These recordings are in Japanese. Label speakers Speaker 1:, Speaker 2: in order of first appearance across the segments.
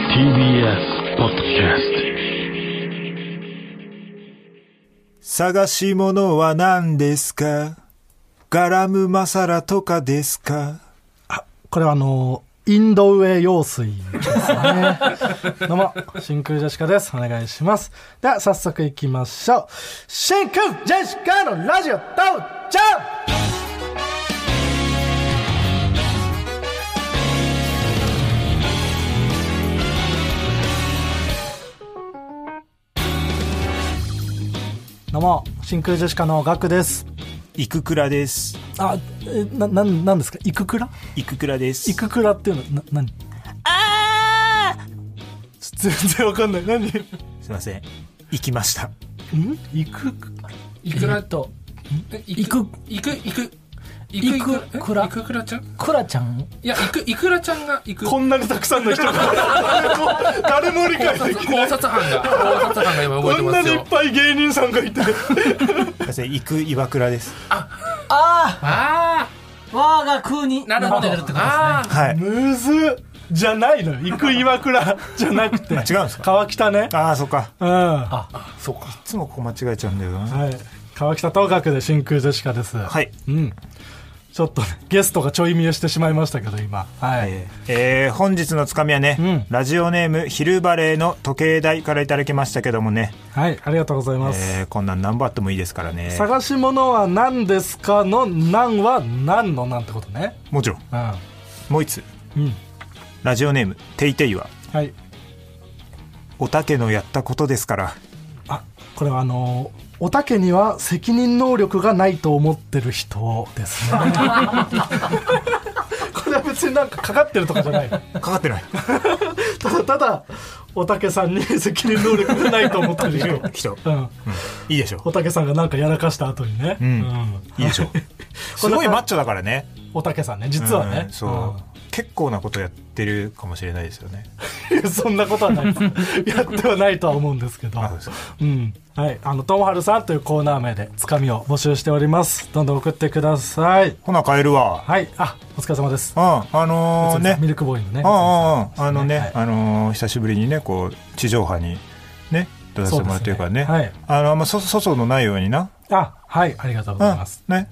Speaker 1: TBS ポッドキャス
Speaker 2: 探し物は何ですかガラムマサラとかですか
Speaker 3: これはあのインドウェ用水ですね。どうも、真空ジェシカです。お願いします。では、早速行きましょう。真空ジェシカのラジオ、どうじゃんどうも、真空ジェシカのガクです。
Speaker 2: イククラです。
Speaker 3: あ、え、な、な、なんですかイククラ
Speaker 2: イククラです。
Speaker 3: イククラっていうの、な、なにああ全然わかんない。何ん
Speaker 2: すいません。行きました。
Speaker 3: イクク、
Speaker 4: いくらと、いく、いく、いく、いく、いく、いくら、いくくらちゃん
Speaker 5: クラちゃん
Speaker 4: いや、いく、いくらちゃんが、いく、
Speaker 3: こ
Speaker 4: 考
Speaker 3: んなにたくさんの人が、 誰も理解できない。
Speaker 4: 察班が、考察班が今動い
Speaker 3: こ
Speaker 4: て
Speaker 3: ん
Speaker 4: ま
Speaker 3: な
Speaker 4: す
Speaker 3: にいっ
Speaker 4: よ。
Speaker 3: ぱい芸人さんがいて。
Speaker 2: すいません。イク岩倉です。
Speaker 5: あ
Speaker 4: あ
Speaker 5: あわーが空に
Speaker 4: あ、なるほど。
Speaker 5: ってるってことですね
Speaker 4: ああ、
Speaker 2: はい。
Speaker 3: むずじゃないのよ。行く岩倉じゃなくて。
Speaker 2: あ違うんですか
Speaker 3: 川北ね。
Speaker 2: ああ、そっか。
Speaker 3: うん。は
Speaker 4: そうか。
Speaker 2: いつもここ間違えちゃうんだよな。
Speaker 3: い。川北東学で真空ジェシカです。。
Speaker 2: はいい。
Speaker 3: うん。ちょっとね、ゲストがちょい見えしてしまいましたけど、今。はい。
Speaker 2: えー本日のつかみはね、
Speaker 3: うん
Speaker 2: ラジオネーム昼バレーの時計台からいただきましたけどもね、
Speaker 3: はい、ありがとうございます。
Speaker 2: えーこんなん何番あってもいいですからね
Speaker 3: 探し物は何ですかの何は何のなんてことね。
Speaker 2: もちろん
Speaker 3: うん。
Speaker 2: もう一つ
Speaker 3: うん。
Speaker 2: ラジオネームていていは
Speaker 3: はい。
Speaker 2: おたけのやったことですから
Speaker 3: あ、これはあのーおたけには責任能力がないと思ってる人 ですね。これは別になんかかかってるとかじゃない。
Speaker 2: かかってない
Speaker 3: ただただ、おたけさんに責任能力がないと思ってる人。
Speaker 2: 人
Speaker 3: うん。
Speaker 2: いいでしょ
Speaker 3: おたけさんがなんかやらかした後にね。
Speaker 2: う
Speaker 3: うん
Speaker 2: いいでしょ すごいマッチョだからね
Speaker 3: おたけさんね、実はね
Speaker 2: う。んそう、結構なことやってるかもしれないですよね
Speaker 3: いやそん なことはないです。やってはないとは思うんですけど
Speaker 2: あそうですか。
Speaker 3: うん。はい。あの、ともはるさんというコーナー名で、つかみを募集しております。どんどん送ってください。
Speaker 2: ほな帰るわ
Speaker 3: はい。あ、お疲れ様です。
Speaker 2: うんあのー、ね
Speaker 3: ミルクボーイの
Speaker 2: うん
Speaker 3: ね。
Speaker 2: うんうんあのね、
Speaker 3: はい
Speaker 2: あのー久しぶりにねこう地上波にね出させてもらってるからね
Speaker 3: そうですね
Speaker 2: あのあんまそそそのないようにな、
Speaker 3: あ、はい。ありがとうご
Speaker 2: う
Speaker 3: ざい
Speaker 2: ん
Speaker 3: ます。
Speaker 2: ね、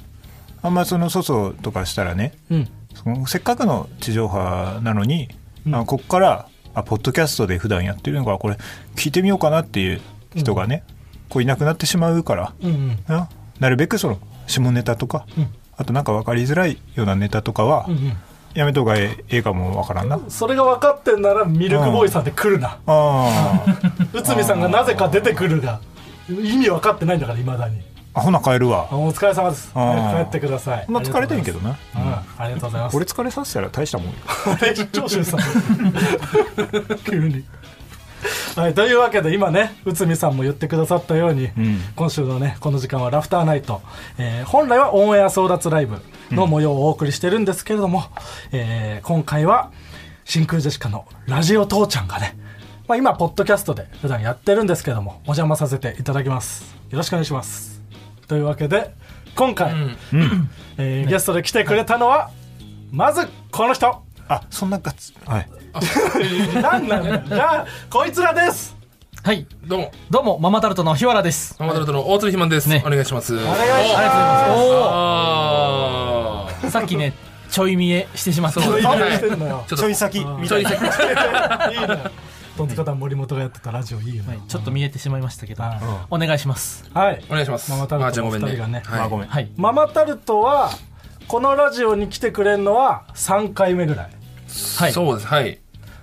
Speaker 2: あんまそのそそとかしたらね
Speaker 3: うん。
Speaker 2: そのせっかくの地上波なのに、
Speaker 3: うん
Speaker 2: あこっからあポッドキャストで普段やってるのからこれ聞いてみようかなっていう人がね、こういなくなってしまうから、
Speaker 3: うんうん。
Speaker 2: ななるべくその下ネタとか、
Speaker 3: うん
Speaker 2: あとなんか分かりづらいようなネタとかは、
Speaker 3: うんうん。
Speaker 2: やめとかえええかもわからんな。
Speaker 3: それが分かってんなら、ミルクボーイさんで来るな。
Speaker 2: あ ー
Speaker 3: 内海さんがなぜか出てくるが、意味分かってないんだから、いまだに。
Speaker 2: あほな帰るわ
Speaker 3: あお疲れ様です。
Speaker 2: あー
Speaker 3: 早く帰ってください。
Speaker 2: そんな疲れてんけどな
Speaker 3: ありがとうございます。うん。ありがとうございます。
Speaker 2: 俺疲れさせたら大したもんよ
Speaker 3: 俺長州さん急にはいというわけで今ね内海さんも言ってくださったように、
Speaker 2: ん
Speaker 3: 今週のねこの時間はラフターナイト、えー本来はオンエア争奪ライブの模様をお送りしてるんですけれども、えー今回は真空ジェシカのラジオ父ちゃんがね、まあ、今ポッドキャストで普段やってるんですけどもお邪魔させていただきますよろしくお願いしますというわけで今回、えーゲストで来てくれたのは、まずこの人
Speaker 2: あそんなガッツはい
Speaker 3: なんなんだよじゃあこいつらです
Speaker 5: はい
Speaker 4: どうも、
Speaker 5: どうもママタルトの日原です
Speaker 4: ママドルトの大鶴ひまんです。
Speaker 5: ね
Speaker 4: お願いします。お
Speaker 3: お願いし
Speaker 5: あ
Speaker 3: ま
Speaker 5: りがとうございま
Speaker 4: ああ。
Speaker 5: すおーさっきねちょい見えしてしまった
Speaker 4: そう
Speaker 3: す
Speaker 4: は
Speaker 3: 何
Speaker 4: い
Speaker 3: をしてんのよ
Speaker 4: ちょっ
Speaker 2: ちょい
Speaker 4: と、
Speaker 2: 先み
Speaker 4: ち
Speaker 2: た
Speaker 4: ょ
Speaker 2: い
Speaker 4: い
Speaker 2: な
Speaker 4: 先。
Speaker 3: いいねトンツカタン森本がやってたラジオいいよ
Speaker 5: はい
Speaker 3: ね
Speaker 5: ちょっと見えてしまいましたけど
Speaker 3: は
Speaker 5: お願いします
Speaker 3: はい
Speaker 4: お願いします。
Speaker 3: ママタルトの
Speaker 4: まーちゃんごめん
Speaker 3: 二人がね
Speaker 4: ね。
Speaker 2: まあごめん
Speaker 5: はい
Speaker 3: ママタルトはこのラジオに来てくれるのは3回目ぐらい
Speaker 5: はい
Speaker 4: そうです。はい。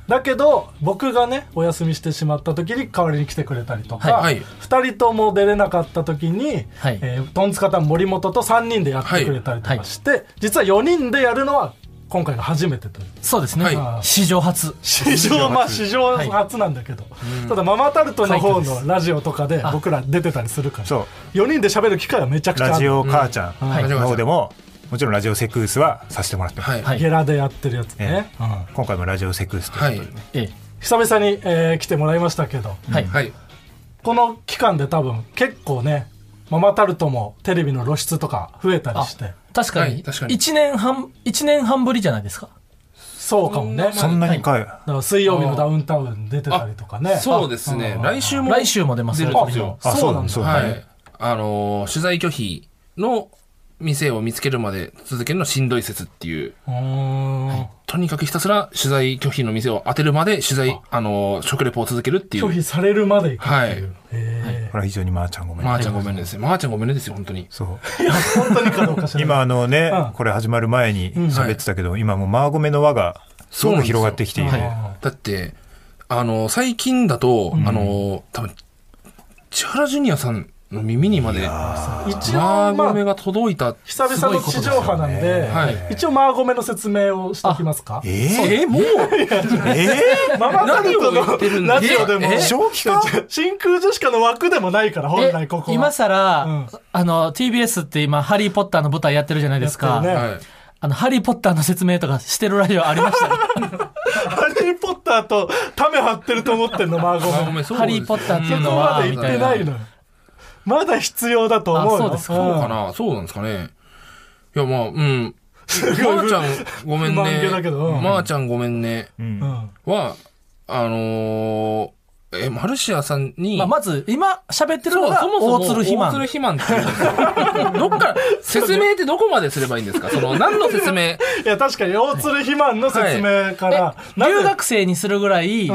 Speaker 3: だけど僕がねお休みしてしまった時に代わりに来てくれたりとか、
Speaker 4: は
Speaker 3: 二
Speaker 4: いはい
Speaker 3: 2人とも出れなかった時に、
Speaker 5: はい
Speaker 3: えートンツカタン森本と3人でやってくれたりとかして、実は4人でやるのは今回が初めてという
Speaker 5: そうですね
Speaker 4: は
Speaker 5: 史上初
Speaker 3: 史上まあ史上初なんだけど、ただママタルトの方のラジオとかで僕ら出てたりするから
Speaker 2: そう
Speaker 3: 4人で喋る機会はめちゃくちゃある
Speaker 2: ラジオ母ちゃん
Speaker 5: はい
Speaker 2: の方でも、もちろんラジオセクウスはさせてもらってます、
Speaker 4: はい。
Speaker 5: はい
Speaker 3: ゲラでやってるやつね、
Speaker 2: ええ今回もラジオセクウスと
Speaker 4: はい
Speaker 2: いうことでね、
Speaker 5: え
Speaker 3: 久々に、えー来てもらいましたけど
Speaker 5: えはい
Speaker 4: はい。
Speaker 3: この期間で多分結構ねママタルトもテレビの露出とか増えたり
Speaker 5: あ
Speaker 3: して
Speaker 5: 確かに
Speaker 4: はい確かに
Speaker 5: 1年半一年半ぶりじゃないですか
Speaker 3: そうかもね
Speaker 2: そんなにかい、
Speaker 3: だから水曜日のダウンタウン出てたりとかね
Speaker 6: そうですね。来週も。
Speaker 5: 来週も出ます
Speaker 6: 出
Speaker 5: よ
Speaker 6: るんですよ。
Speaker 2: あ
Speaker 3: そうなんだ
Speaker 2: そう
Speaker 6: は
Speaker 2: だね、
Speaker 6: い。あのー、取材拒否の店を見つけるまで続けるのしんどい説っていう。
Speaker 3: うーん
Speaker 6: とにかくひたすら取材拒否の店を当てるまで取材、あのー、食レポを続けるってい
Speaker 3: 拒
Speaker 6: う。
Speaker 3: 否されるまで行く
Speaker 6: はい。
Speaker 3: へ
Speaker 2: これは非常にまーちゃんごめん、
Speaker 6: まーちゃんごめんねです。まーちゃんごめんねですよ、本当に。
Speaker 2: そう
Speaker 3: ー本当にかどうか知らない
Speaker 2: 今あのね、
Speaker 3: うん
Speaker 2: これ始まる前に喋ってたけど、今もうマーゴメの輪がすごく広がってきている、
Speaker 6: そうなんですよだって、あの、最近だと、あの、多分千原ジュニアさんの耳にまで、
Speaker 3: 一応
Speaker 6: マー
Speaker 3: ま
Speaker 6: ゴメ
Speaker 3: あ
Speaker 6: が届いた。
Speaker 3: 久々の地上波なんで
Speaker 6: はい
Speaker 3: 一応マーゴメの説明をしておきますか
Speaker 2: えー、
Speaker 6: え、もう
Speaker 2: え
Speaker 3: ママタルト
Speaker 6: 何を言ってるん
Speaker 3: の
Speaker 6: だ
Speaker 3: ラジオでも
Speaker 2: え正気か
Speaker 3: 真空ジェシカの枠でもないから本来
Speaker 5: え
Speaker 3: ここは
Speaker 5: 今さら、
Speaker 3: うん
Speaker 5: あの、TBS って今、ハリーポッターの舞台やってるじゃないです
Speaker 3: やっ
Speaker 5: か。
Speaker 3: てるね
Speaker 6: はい。
Speaker 5: あの、ハリーポッターの説明とかしてるラジオありましたね。
Speaker 3: ハリー・ポッターとタメ張ってると思ってんの、マーゴ
Speaker 6: マーゴ
Speaker 3: メ。
Speaker 6: メそう
Speaker 5: ハリーポッターって
Speaker 3: そ
Speaker 5: いう
Speaker 3: こ
Speaker 5: の
Speaker 3: ま
Speaker 5: は、
Speaker 3: で
Speaker 5: み
Speaker 3: 行ったて
Speaker 5: い
Speaker 3: ない
Speaker 5: な。
Speaker 3: のよ。まだ必要だと思うよ。
Speaker 5: あそうですか
Speaker 6: そうか
Speaker 3: ん
Speaker 6: なそうなんですかね。いや、まあ、 うん。
Speaker 3: ごい
Speaker 6: まーちゃんごめん
Speaker 3: 不
Speaker 6: ね
Speaker 3: 満げだけどう。ん
Speaker 6: まーちゃんごめんね。
Speaker 3: うん
Speaker 6: は、あのー、え、マルシアさんに、
Speaker 5: まあ、まず、今、喋ってるのが、
Speaker 6: そもそも
Speaker 5: 大鶴肥
Speaker 6: 大鶴
Speaker 5: 満。
Speaker 6: 肥満っていう どっから、説明ってどこまですればいいんですかその、何の説 明
Speaker 3: いや、確かに、大鶴肥満の説明から、なぜ
Speaker 5: 留学生にするぐらい、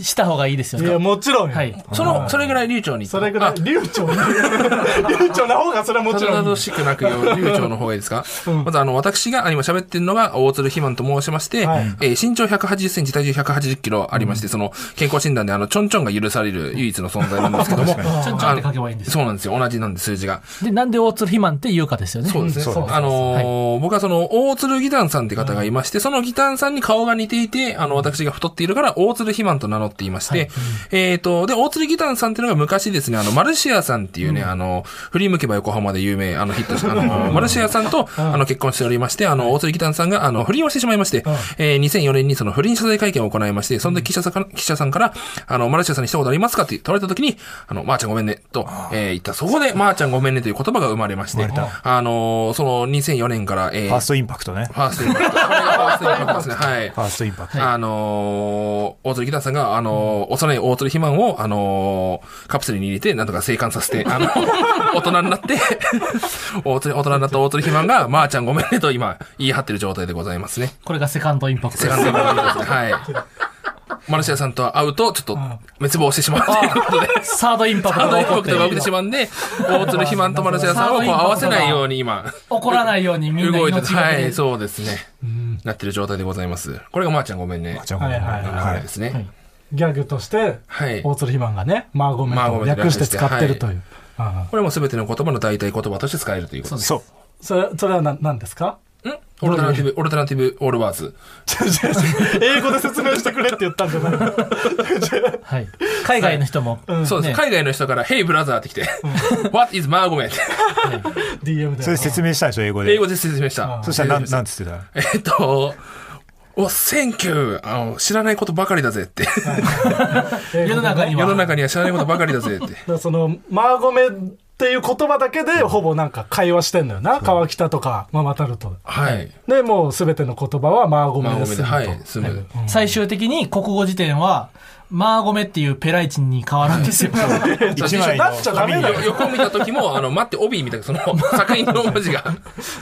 Speaker 5: した方がいいですよ
Speaker 3: うんいや、
Speaker 5: ね。
Speaker 3: もちろんよ。
Speaker 5: はい。
Speaker 6: その、それぐらい流暢に。
Speaker 3: それぐら
Speaker 6: あ
Speaker 3: い、流暢に。流暢な方が、それはも
Speaker 6: た
Speaker 3: ち
Speaker 6: ど
Speaker 3: ろ
Speaker 6: た
Speaker 3: ん。
Speaker 6: どしくなくよ、流暢の方がいいです か、まず、あの、私があ今喋ってるのが、大鶴肥満と申しまして、
Speaker 3: はい
Speaker 6: えー身長180センチ、体重180キロありまして、その、健康診断で、あの、ちょんちょんが許される唯一の存在なんですけども、
Speaker 5: ちょんちょんって書けばいいんです
Speaker 6: そうなんですよ。同じなんで、数字が。
Speaker 5: で、なんで大鶴肥満って言うかですよね。
Speaker 6: そうですね。
Speaker 2: そうです
Speaker 6: あのー僕はその、大鶴ギタンさんって方がいまして、そのギタンさんに顔が似ていて、あの、私が太っているから、大鶴肥満と名乗っていまして、えっ、と、で、大鶴ギタンさんっていうのが昔ですね、あの、マルシアさんっていうね、あの、振り向けば横浜で有名、あの、ヒットした、あの、 マルシアさんと、あの、結婚しておりまして、あの、大鶴ギタンさんが、あの、不倫をしてしまいまして、えー2004年にその不倫謝罪会見を行いまして、その時記者さんから、記者さんから、あの、マルシアさんに一言ありますかって問われた時に、あの、まー、ちゃんごめんね、と、えー言った。そこで、まー、ちゃんごめんねという言葉が生まれまして、あのーその2004年から、えー
Speaker 2: ファー
Speaker 6: フ
Speaker 2: ストインパクトね
Speaker 6: ァーストインパクト。これがファーストインパクトですね。はい
Speaker 2: フ。ァーストインパクト、
Speaker 6: あのー、大鶴ギターさんが、あのー幼い大鶴肥満を、あのーカプセルに入れて、なんとか生還させて、あの 大人になって、大鶴、大人になった大鶴肥満が、まー、ちゃんごめんねと今、言い張ってる状態でございますね。
Speaker 5: これがセカンドインパクト
Speaker 6: セ
Speaker 5: で
Speaker 6: カ
Speaker 5: す
Speaker 6: ンドインパクトですね。はい。マルシアさんと会うと、ちょっと、滅亡してしまうということで。
Speaker 5: サードインパク
Speaker 6: あ
Speaker 5: ト
Speaker 6: の
Speaker 5: が
Speaker 6: イン
Speaker 5: 起こ
Speaker 6: パ
Speaker 5: っ
Speaker 6: ク
Speaker 5: てい
Speaker 6: ト
Speaker 5: る
Speaker 6: が起きてしまうんで、大鶴肥満とマルシアさんをこう合わせないように今。
Speaker 5: 怒らないようにみんな
Speaker 6: 動いて
Speaker 5: 命が
Speaker 6: は
Speaker 5: けで
Speaker 6: い、そうですね。なってる状態でございます。これがまーちゃんごめんね。
Speaker 2: じゃあもう
Speaker 3: はいはい
Speaker 6: の
Speaker 2: は
Speaker 6: 流れ
Speaker 2: い
Speaker 6: ですね。
Speaker 3: ギャグとして、
Speaker 6: はい。
Speaker 3: 大鶴肥満がね、マーゴメ
Speaker 6: マーゴ
Speaker 3: と
Speaker 6: メと
Speaker 3: 略
Speaker 6: 略
Speaker 3: して
Speaker 6: して
Speaker 3: 使ってるという。うん
Speaker 6: これも全ての言葉の代替言葉として使えるということです。
Speaker 2: そう
Speaker 3: それ、それはな何ですか
Speaker 6: んオルタナティブ、オルタナティブ、オールワーズ。
Speaker 3: 英語で説明してくれって言ったんじゃないの
Speaker 5: はい。海外の人も、
Speaker 6: そうです。
Speaker 5: ね
Speaker 6: 海外の人から、Hey brother って来て、What is マーゴメって
Speaker 3: ?DM で。
Speaker 2: それ説明したでしょ英語で
Speaker 6: 英語で説明した。
Speaker 2: そしたらなんなんつってた
Speaker 6: えっと、お、Thank you! あの、知らないことばかりだぜって。
Speaker 5: 世の中には。
Speaker 6: 世の中には知らないことばかりだぜって。
Speaker 3: だからそのマーゴメっていう言葉だけでほぼなんか会話してんのよな川北とかママタルト
Speaker 6: はい。
Speaker 3: でもう全ての言葉はマーゴ
Speaker 6: マ
Speaker 3: メで
Speaker 6: ーゴ
Speaker 3: す
Speaker 6: メで、
Speaker 3: ると、
Speaker 6: はい、住む。
Speaker 5: 最終的に国語辞典は、マーゴメっていうペライチに変わるんです よ。
Speaker 2: 一枚の
Speaker 3: なっちゃダメだよ
Speaker 6: よ横見た時も、あの、待って、帯みたいな、その、作品の文字が。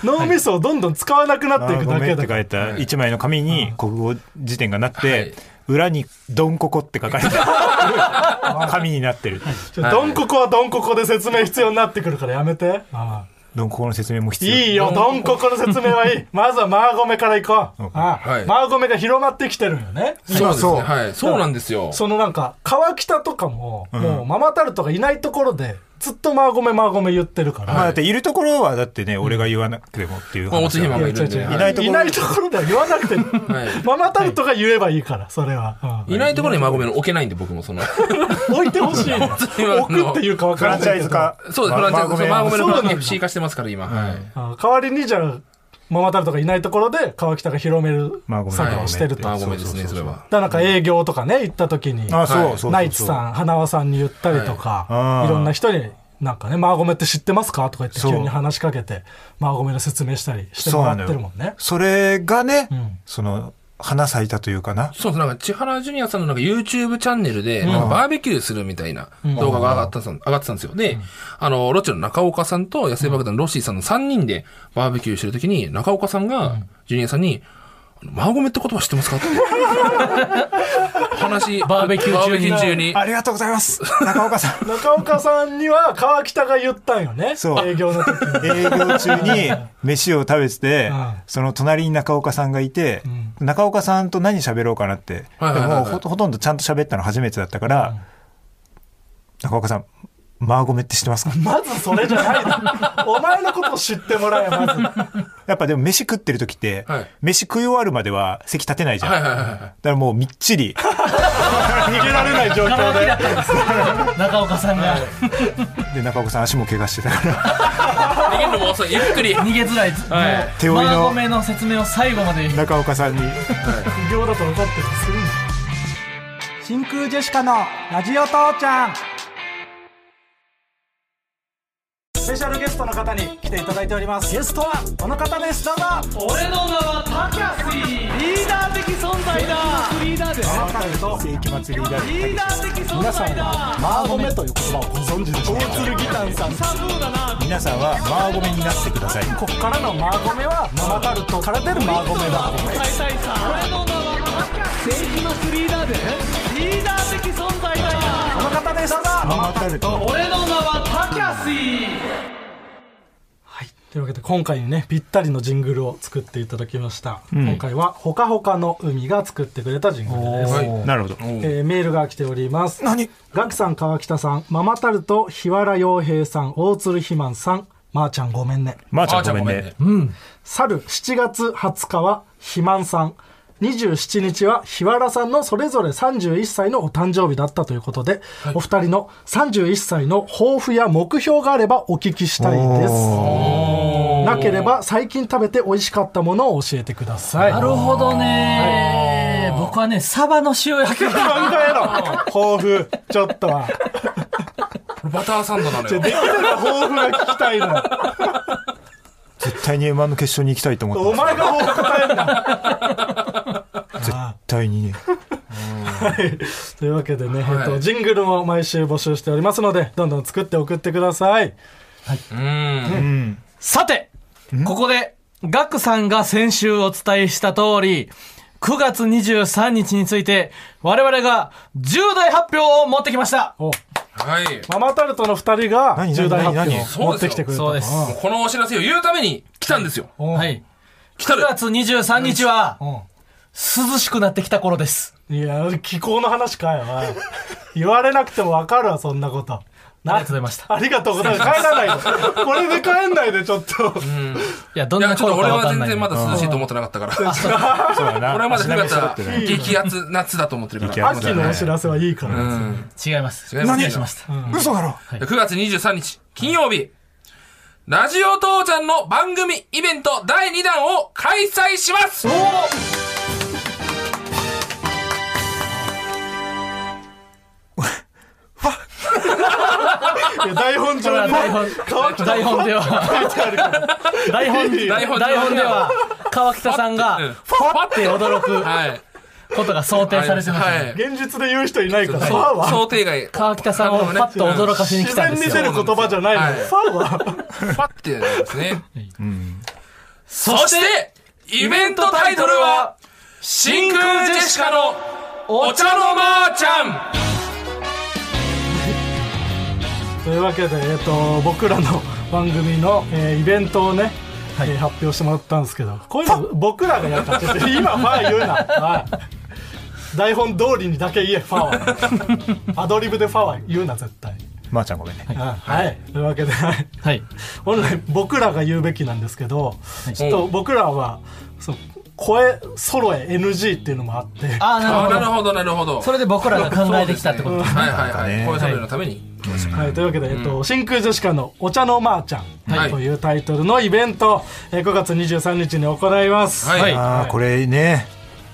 Speaker 3: 脳みそをどんどん使わなくなってい
Speaker 2: あ
Speaker 3: く
Speaker 2: ご
Speaker 3: だ
Speaker 2: めん
Speaker 3: け
Speaker 2: って
Speaker 3: だ
Speaker 2: 書いた一枚の紙に国語辞典がなって、
Speaker 6: はい
Speaker 2: 裏に「ドンココ」って書かれ た紙になってる
Speaker 3: ちょドンココはドンココで説明必要になってくるからやめてああ
Speaker 2: ドンココの説明も必要
Speaker 3: いいよドンココの説明はい いまずはマーゴメからいこうああ、
Speaker 6: はい
Speaker 3: マーゴメが広まってきてるんよね
Speaker 6: そうです
Speaker 2: そう
Speaker 6: ね。はい。そうなんですよ。
Speaker 3: そのなんか川北とかも、もうママタルトがいないところでずっとマーゴメマーゴメ言ってるから、
Speaker 2: まあだっているところはだってね俺が言わなくてもっていう
Speaker 6: まあ、おつ
Speaker 2: 話
Speaker 6: ひま
Speaker 2: は
Speaker 6: がいるんで。
Speaker 3: 違う違う
Speaker 6: はい
Speaker 2: ないところ
Speaker 3: いないところでは言わなくても、
Speaker 6: い
Speaker 3: ママタルトが言えばいいから、それは。うん
Speaker 6: いないところにマーゴメの置けないんで、僕もその。
Speaker 3: 置いてほしいの。置
Speaker 6: ひまの
Speaker 3: くっていうか分
Speaker 2: フ
Speaker 3: から
Speaker 2: ラ
Speaker 3: ない
Speaker 2: ンチャ
Speaker 3: けど。
Speaker 2: イズ化
Speaker 6: そうです。フランチャイズ。そうマーゴメ
Speaker 3: そうなんだ
Speaker 6: の FC 化してますから、今。はい。
Speaker 3: うん代わりに、じゃあ、ママタルトがいないところで川北が広める
Speaker 2: マーゴメ
Speaker 3: 作業をしてると。
Speaker 6: マ
Speaker 3: だ
Speaker 6: ー
Speaker 3: か
Speaker 6: ゴメですね、それは。
Speaker 3: らなんか営業とかね、行った時に、
Speaker 2: あそうそう
Speaker 6: は
Speaker 2: そう
Speaker 6: い
Speaker 2: そう
Speaker 3: ナイツさん、花輪さんに言ったりと
Speaker 2: は
Speaker 3: か
Speaker 2: い、うん
Speaker 3: いろんな人に、なんかね、マーゴメって知ってますかとか言って
Speaker 2: そう
Speaker 3: 急に話しかけて、マーゴメの説明したりして
Speaker 2: そう
Speaker 3: もら
Speaker 2: なの
Speaker 3: ってるもんね
Speaker 2: よ。それがね、
Speaker 3: ん
Speaker 2: その花咲いたというかな。
Speaker 6: そうです。なんか、千原ジュニアさんのなんか YouTube チャンネルで、なんかバーベキューするみたいな動画が上がったさ、上がってたんですよ。で、あの、ロッチの中岡さんと野生爆弾のロッシーさんの3人でバーベキューしてるときに、中岡さんが、ジュニアさんに、あのマーゴメって言葉知ってますかって。話、
Speaker 5: バーベキュー
Speaker 6: バ
Speaker 5: 中に
Speaker 6: ベキュー中に。
Speaker 2: ありがとうございます。中岡さん。
Speaker 3: 中岡さんには川北が言ったんよね。
Speaker 2: そう
Speaker 3: 営業の時に。
Speaker 2: 営業中に飯を食べてて
Speaker 3: うん、
Speaker 2: その隣に中岡さんがいて、中岡さんと何喋ろうかなって、
Speaker 6: はいはいはいはい
Speaker 2: でもほとほとんどちゃんと喋ったの初めてだったから、中岡さん、マーゴメって知 ってますか
Speaker 3: まずそれじゃないな。 お前のことを知ってもらえ、まず。
Speaker 2: やっぱでも飯食ってる時って、
Speaker 6: はい
Speaker 2: 飯食い終わるまでは席立てないじゃん。
Speaker 6: はいはい
Speaker 2: だ
Speaker 6: はいはい。
Speaker 2: からもうみっちり、逃げられない状況で。
Speaker 5: 中岡さんが
Speaker 2: で、中岡さん足も怪我してた から、
Speaker 6: 逃げるのも遅い。ゆっくり。
Speaker 5: 逃げづらい。
Speaker 6: はい
Speaker 5: もう
Speaker 2: 手負いの
Speaker 5: マーゴメの説明を最後まで。
Speaker 2: 中岡さんに。
Speaker 3: 営業だと分かっててするんだ。真空ジェシカのラジオ父ちゃん。スペシャルゲストの方に来ていただいております。ゲストはこの方です。どうぞ。
Speaker 5: 俺の名はタキャスリーダー的存在だ。リーダーで。
Speaker 3: わかると
Speaker 2: 世紀祭りだ。
Speaker 5: リーダー的存
Speaker 3: 皆さんはマーゴメという言葉をご存知でしょうか。大鶴ギタンさん。
Speaker 2: 皆さんはマーゴメになってください。
Speaker 3: こっからのマーゴメはママタルトから出るマーゴメだ。
Speaker 5: リーダー的存在だ。
Speaker 3: この方です。どうぞ。
Speaker 2: ママタルト。
Speaker 5: 俺の名はタキャス
Speaker 3: はい、というわけで今回ねぴったりのジングルを作っていただきました、今回は「ほかほかの海」が作ってくれたジングルです、
Speaker 6: はい。
Speaker 2: なるほど。
Speaker 3: えーメールが来ております
Speaker 2: 何
Speaker 3: ガキさん川北さんママタルト日原洋平さん大鶴ひまんさんまー、ちゃんごめんね
Speaker 2: まーちゃ
Speaker 6: あ
Speaker 2: ん
Speaker 6: じゃ
Speaker 2: ご
Speaker 6: あ
Speaker 2: め
Speaker 6: ご
Speaker 2: ん
Speaker 6: めん
Speaker 2: ね
Speaker 6: ね。。
Speaker 3: 去る7月20日は肥満さん27日は日原さんのそれぞれ31歳のお誕生日だったということで、お二人の31歳の抱負や目標があればお聞きしたいですなければ最近食べて美味しかったものを教えてください
Speaker 5: なるほどね、僕はね、サバの塩焼き。
Speaker 3: 考えろ抱負ちょっとは
Speaker 6: バターサンドなのよ。
Speaker 3: できたら抱負が聞きたいのよ
Speaker 2: 絶対に M1 の決勝に行きたいと思って
Speaker 3: お
Speaker 2: ます。
Speaker 3: 前が抱負答えんだ
Speaker 2: 絶対にね。
Speaker 3: というわけでね、
Speaker 6: はい
Speaker 3: えっと、ジングルも毎週募集しておりますのでどんどん作って送ってください
Speaker 6: うん。
Speaker 5: さて、ここで、ガクさんが先週お伝えした通り、9月23日について、我々が重大発表を持ってきました
Speaker 3: お
Speaker 6: はい。
Speaker 3: ママタルトの二人が
Speaker 2: 何
Speaker 3: 重大発表
Speaker 2: 何
Speaker 3: を持ってきてくれた
Speaker 5: そうですよ
Speaker 3: うん
Speaker 6: もうこのお知らせを言うために来たんですよ。
Speaker 5: はい。
Speaker 6: 来た
Speaker 5: 9
Speaker 6: る。
Speaker 5: 月23日は、涼しくなってきた頃です。
Speaker 3: いや気候の話かよおい言われなくても分かるわそんなことな
Speaker 5: ありがとうございました
Speaker 3: ありがとうございます帰らないでこれで帰んないでちょっと
Speaker 5: いや、ど
Speaker 6: い
Speaker 5: ん
Speaker 6: や、
Speaker 5: な
Speaker 6: ちょっ
Speaker 5: 頃
Speaker 6: と
Speaker 5: か
Speaker 6: 俺
Speaker 5: わ
Speaker 6: は
Speaker 5: か
Speaker 6: 全
Speaker 5: んない。
Speaker 6: 然まだ涼しいと思ってなかったから。
Speaker 2: そうだな。
Speaker 6: 俺はまだ
Speaker 2: 足並み揃ってない
Speaker 6: 9月、激アツ夏だと思ってるか
Speaker 2: 激
Speaker 6: ら。
Speaker 2: アツ
Speaker 3: 秋のお知らせはいいから、
Speaker 6: うん。
Speaker 5: 違います。
Speaker 6: 違います
Speaker 5: 失礼しました。
Speaker 2: 嘘だろ
Speaker 6: 9月23日、金曜日、ラジオ父ちゃんの番組イベント第2弾を開催します
Speaker 3: いや台本
Speaker 5: これ
Speaker 3: 上
Speaker 5: は
Speaker 3: に
Speaker 5: 台本、台本では、 台本、
Speaker 6: 台本
Speaker 5: 台本では、川北さんが、
Speaker 6: うん
Speaker 5: ファって驚く
Speaker 6: はい。
Speaker 5: ことが想定されてましたね。
Speaker 6: はい。
Speaker 3: 現実で言う人いないからファ
Speaker 6: そう
Speaker 3: は
Speaker 6: 想定外。
Speaker 5: 川北さんをパッと驚かしに
Speaker 3: 自
Speaker 5: 来た
Speaker 3: 然
Speaker 5: ん
Speaker 3: に
Speaker 5: です
Speaker 3: 出
Speaker 5: よ。
Speaker 3: る言葉じゃないの、
Speaker 6: はい
Speaker 3: ファは
Speaker 6: パッてやりますね。
Speaker 5: そ
Speaker 6: そして、イベントタイトルは、、真空ジェシカのお茶のまーちゃん
Speaker 3: というわけで、えっと僕らの番組の、えーイベントをね、えー発表してもらったんですけどこういうの僕らがやったって言って今ファー言うな、はい、台本通りにだけ言えファーはアドリブでファーは言うな絶対
Speaker 2: まーちゃんごめんね。
Speaker 3: はい、というわけで、はい
Speaker 5: はい。
Speaker 3: 本来僕らが言うべきなんですけど、ちょっと僕らはそう声ソロへ NG っていうのもあって
Speaker 5: ああ、な
Speaker 6: あ
Speaker 5: る
Speaker 6: なる
Speaker 5: ほど。
Speaker 6: ほど、なるほど。
Speaker 5: それで僕らが考えてきたってこと。
Speaker 6: はいはいは
Speaker 2: ね
Speaker 6: い。こういう喋りのために。
Speaker 3: はい、というわけで、えっと、真空ジェシカの「お茶のまーちゃん」
Speaker 6: はい
Speaker 3: というタイトルのイベント、えー5月23日に行います、
Speaker 6: はい。
Speaker 2: ああ、これね。